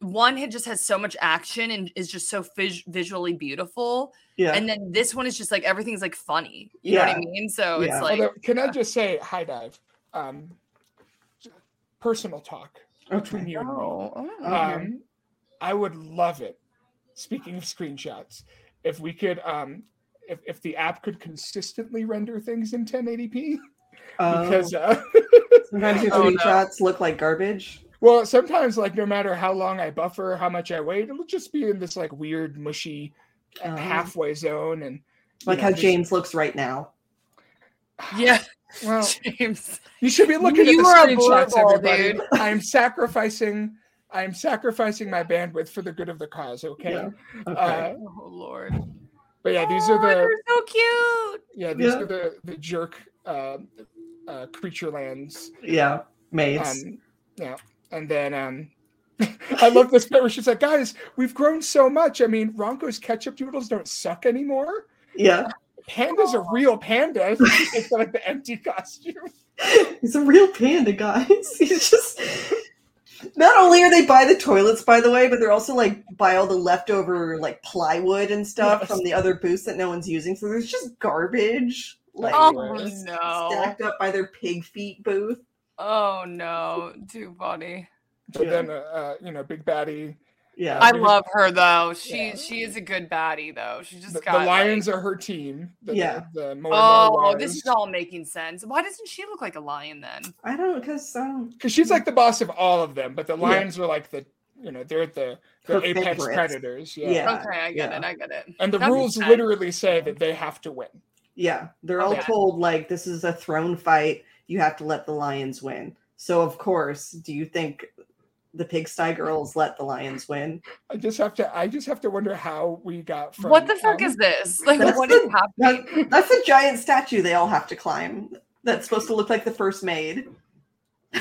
S6: one had just has so much action and is just so vis- visually beautiful,
S2: yeah,
S6: and then this one is just like everything's like funny. You know what
S2: Yeah.
S6: I mean? So
S2: Yeah.
S6: it's like
S4: [laughs] Although, can
S2: uh,
S4: I just say, high dive, um, personal talk between
S2: okay.
S4: you and me.
S6: oh, oh.
S2: Okay.
S4: Um, I would love it. Speaking of screenshots, if we could, um, if, if the app could consistently render things in 1080p, because
S2: Oh.
S4: uh, [laughs]
S2: Um, sometimes your
S6: Oh, no.
S2: screenshots look like garbage.
S4: well, sometimes like no matter how long I buffer, how much I wait, it'll just be in this like weird mushy uh,
S2: Oh.
S4: halfway zone, and you
S2: Like
S4: know,
S2: how
S4: just-
S2: James looks right now.
S6: yeah,
S3: [laughs]
S4: Well,
S6: James.
S4: you should be looking
S6: You are
S4: at
S6: a
S4: the screenshots,
S6: blurble,
S4: everybody.
S6: dude.
S4: [laughs] I'm sacrificing. I'm sacrificing my bandwidth for the good of the cause. Okay.
S2: Yeah. Okay.
S4: Uh,
S6: Oh Lord.
S4: But But yeah, these are the
S3: they're so cute.
S4: yeah these
S2: Yeah.
S4: are the the jerk uh, uh, creature lands.
S2: Yeah, maids.
S4: Um, yeah, and then um, [laughs] I love this bit where she's like, "Guys, we've grown so much. I mean, Ronco's ketchup noodles don't suck anymore.
S2: yeah,
S4: Panda's a real panda.
S6: [laughs]
S4: I think she takes like the empty costume.
S2: he's a real panda, guys. [laughs] He's just. Not only are they by the toilets, by the way, but they're also like by all the leftover like plywood and stuff
S4: Yes.
S2: from the other booths that no one's using. So there's just garbage like
S3: Oh
S4: Anyways.
S3: no.
S2: stacked up by their pig feet booth.
S3: Oh no. Too funny.
S4: But
S2: Yeah.
S4: then, uh, uh, you know, Big Baddie.
S2: Yeah,
S3: I love her though. She
S4: Yeah.
S3: she is a good baddie though. She just
S4: The, the
S3: got
S4: lions are her team. The,
S2: Yeah.
S4: The, the
S3: Oh, this is all making sense. Why doesn't she look like a lion then?
S2: I don't because um,
S4: because she's like the boss of all of them, but the
S2: Yeah.
S4: lions are like the you know they're the,
S2: Her
S4: the apex
S2: favorites.
S4: predators. Yeah.
S2: Yeah.
S3: okay, I get
S2: yeah.
S3: it. I get it.
S4: And the
S3: That makes
S4: rules
S3: sense.
S4: literally say that they have to win.
S2: Yeah, they're
S3: Oh,
S2: all
S3: yeah.
S2: told like this is a throne fight. You have to let the lions win. So of course, do you think the pigsty girls let the lions win?
S4: I just have to. I just have to wonder how we got from
S3: what the fuck
S4: um,
S3: is this? Like,
S2: that's
S3: what is
S2: the-
S3: happening?
S2: That- that's a giant statue they all have to climb. That's supposed to look like the first maid.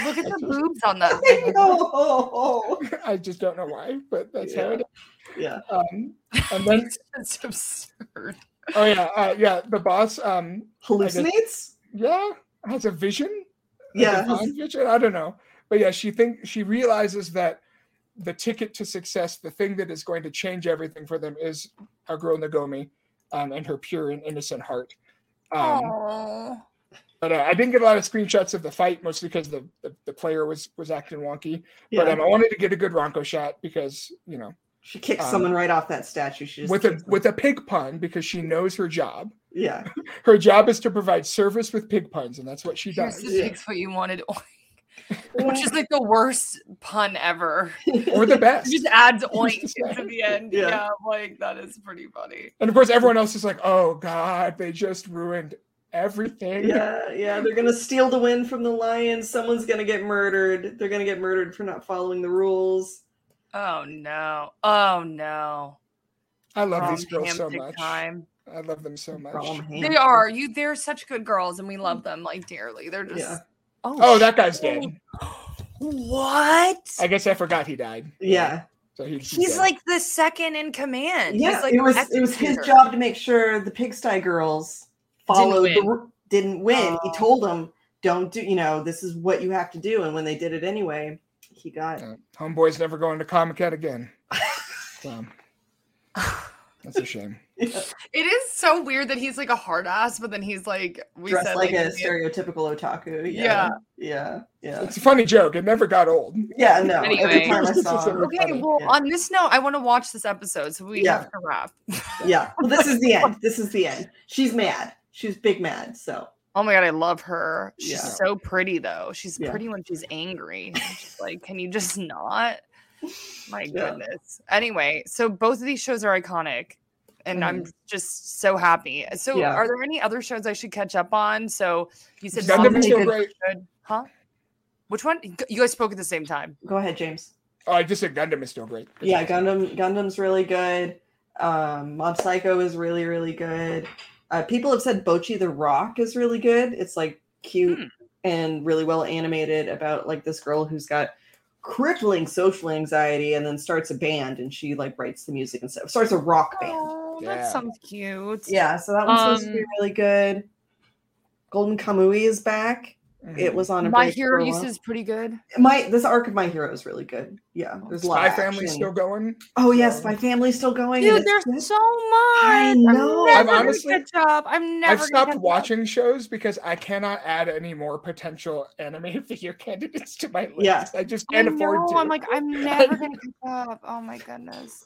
S3: Look at the boobs on that.
S2: [laughs] I know.
S4: [laughs] I just don't know why, but that's how it.
S2: [laughs] Yeah.
S4: Um, and then,
S3: [laughs] It's just absurd.
S4: oh yeah, uh, yeah. The boss, um,
S2: Hallucinates?
S4: yeah, has a vision. a
S2: Yeah.
S4: divine vision? I don't know, but yeah, she think she realizes that the ticket to success, the thing that is going to change everything for them, is our girl Nagomi um, and her pure and innocent heart. Um,
S3: Aw.
S4: but uh, I didn't get a lot of screenshots of the fight, mostly because the, the the player was was acting wonky. But
S2: Yeah.
S4: um, I wanted to get a good Ronco shot because you know
S2: she kicks
S4: um,
S2: someone right off that statue. She just
S4: with a
S2: kicks them.
S4: with a pig pun because she knows her job.
S2: yeah.
S4: Her job is to provide service with pig puns, and that's what she
S3: Here's
S4: does.
S3: the fix what you wanted, [laughs] oink, which is like the worst
S2: [laughs]
S3: pun ever.
S4: Or the
S3: It
S4: best.
S3: just adds oink
S4: Just
S3: to the end.
S2: Yeah.
S3: Yeah. like that is pretty funny.
S4: And of course, everyone else is like, "Oh God, they just ruined everything."
S2: Yeah, yeah, they're gonna steal the win from the lions. Someone's gonna get murdered. They're gonna get murdered for not following the rules.
S3: Oh no! Oh no!
S4: I love
S3: Rom
S4: these girls so
S3: Hampton
S4: much.
S3: Time.
S4: I love them so much.
S2: Rom Ham.
S3: They are you. They're such good girls, and we love them like dearly. They're just
S2: Yeah.
S4: Oh, that guy's dead.
S3: what?
S4: I guess I forgot he died.
S2: Yeah,
S4: So he,
S3: He's
S4: dead.
S3: like the second in command. He's,
S2: yeah.
S3: like,
S2: it was it
S3: executor.
S2: was his job to make sure the pigsty girls followed the
S3: win.
S2: ru- didn't win. he
S3: Oh.
S2: told them, "Don't do. You know, this is what you have to do." And when they did it anyway, he got.
S4: Uh, homeboy's never going to Comic
S2: [laughs]
S4: Con again. So, that's a shame.
S3: It is so weird that he's like a hard ass, but then he's like we
S2: Dressed
S3: said
S2: like, a
S3: he-
S2: stereotypical otaku. Yeah,
S3: Yeah.
S2: yeah, [laughs] yeah,
S4: It's a funny joke. It never got old.
S2: yeah. No, every
S3: Anyway.
S2: time I
S4: This
S2: [laughs]
S4: is
S2: saw.
S4: a-
S2: it-
S3: Okay,
S4: Yeah.
S3: well, on this note, I want to watch this episode, so we
S2: Yeah.
S3: have to wrap.
S2: Yeah, well, this is the end. This is the end. She's mad. She's big mad. So
S3: Oh my god, I love her. She's
S2: Yeah.
S3: so pretty though. She's
S2: Yeah.
S3: pretty when she's angry. It's just like, can you just not?
S2: [laughs]
S3: My
S2: Yeah.
S3: goodness. Anyway, so both of these shows are iconic. And I'm just so happy. So,
S2: Mm-hmm. Yeah.
S3: are there any other shows I should catch up on? So, you said
S4: Gundam
S3: Zombie
S4: is so
S2: good.
S4: great.
S3: should, huh? Which one? You guys spoke at the same time.
S2: go ahead, James.
S4: Oh, I just said Gundam is still great.
S2: yeah gundam gundam's really good um mob psycho is really really good uh, people have said bochi the rock is really good it's like cute
S3: Hmm.
S2: and really well animated about like this girl who's got crippling social anxiety and then starts a band and she like writes the music and stuff starts a rock band
S3: Oh,
S4: Yeah.
S3: that sounds cute.
S2: yeah so that one's supposed to be
S3: Um,
S2: really good golden kamui is back it
S4: Hmm.
S2: was on a
S3: My
S2: break for
S3: Hero
S2: a while.
S3: Use is pretty good.
S2: my this arc of my hero is really good yeah there's a lot
S4: My
S2: of
S4: family's
S2: action.
S4: still going.
S2: oh yes my family's still going and
S3: Dude,
S2: it's
S3: there's
S2: good.
S3: so much.
S2: I
S3: I'm
S2: know.
S3: never
S4: I've
S3: gonna
S4: honestly-
S3: catch up. I'm never.
S4: I've
S3: gonna
S4: stopped
S3: catch up.
S4: watching shows because I cannot add any more potential anime [laughs] of the year candidates to my list.
S2: Yeah.
S4: I just
S3: I
S4: can't afford
S3: know.
S4: to.
S3: I'm like, I'm never gonna catch up. Oh my goodness.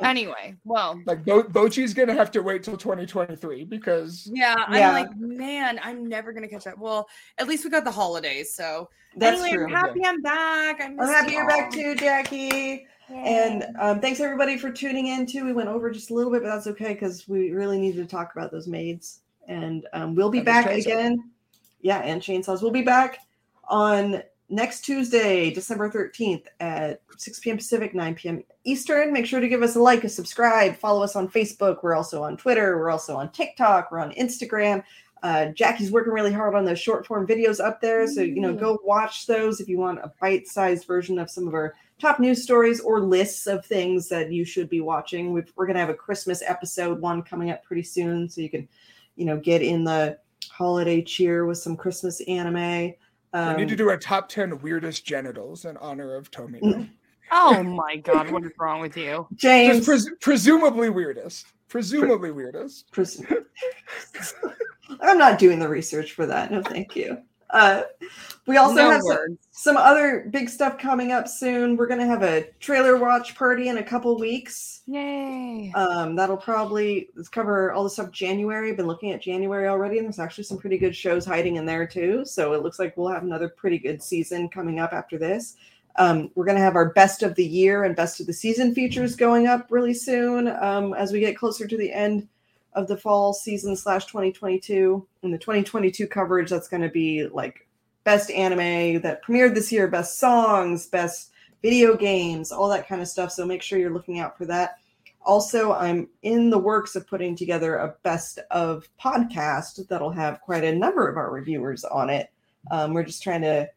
S3: Anyway, well,
S4: Like Bo- Bochi's gonna have to wait till 2023 because
S7: Yeah,
S2: Yeah.
S7: I'm like, man, I'm never gonna catch up. Well, at least we got the holidays, so
S2: that's
S7: anyway,
S2: true
S7: I'm happy I'm back. I'm,
S2: I'm happy you're back too, Jackie. And um, thanks everybody for tuning in too. We went over just a little bit, but that's okay because we really needed to talk about those maids. And um, we'll be
S4: And the
S2: back
S4: chainsaw.
S2: again. Yeah, and chainsaws. We'll be back on next Tuesday, December 13th at 6 p.m. Pacific, 9 p.m. Eastern. Make sure to give us a like, a subscribe, follow us on Facebook. We're also on Twitter. We're also on TikTok. We're on Instagram. Uh, Jackie's working really hard on those short form videos up there. So, you know, go watch those if you want a bite sized version of some of our top news stories or lists of things that you should be watching. We've, we're going to have a Christmas episode one coming up pretty soon. So you can, you know, get in the holiday cheer with some Christmas anime.
S4: we need to
S2: Um,
S4: do a top 10 weirdest genitals in honor of Tommy.
S2: Mm,
S7: [laughs]
S5: Oh my God, what is wrong with you?
S2: James,
S4: Just pres- presumably weirdest. Presumably weirdest.
S2: Pres- [laughs] I'm not doing the research for that. No, thank you. Uh, we also
S3: No
S2: have some,
S3: words.
S2: some other big stuff coming up soon. We're going to have a trailer watch party in a couple weeks.
S5: Yay.
S2: Um, that'll probably cover all the stuff January. Been looking at January already, and there's actually some pretty good shows hiding in there too. So it looks like we'll have another pretty good season coming up after this. Um, we're going to have our best of the year and best of the season features going up really soon um, as we get closer to the end of the fall season slash 2022. And the 2022 coverage that's going to be like best anime that premiered this year, best songs, best video games, all that kind of stuff. So make sure you're looking out for that. Also, I'm in the works of putting together a best of podcast that'll have quite a number of our reviewers on it. Um, we're just trying to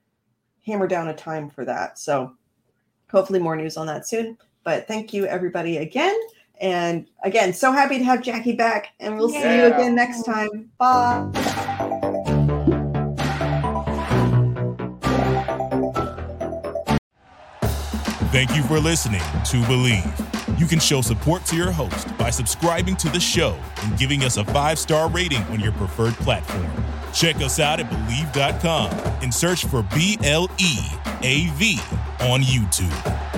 S2: hammer down a time for that. So, hopefully, more news on that soon. But thank you, everybody, again. And again, so happy to have Jackie back. And we'll see you
S4: Yeah.
S2: again next time. Bye.
S1: Thank you for listening to Believe. You can show support to your host by subscribing to the show and giving us a five star rating on your preferred platform. Check us out at Believe.com and search for B L E A V on YouTube.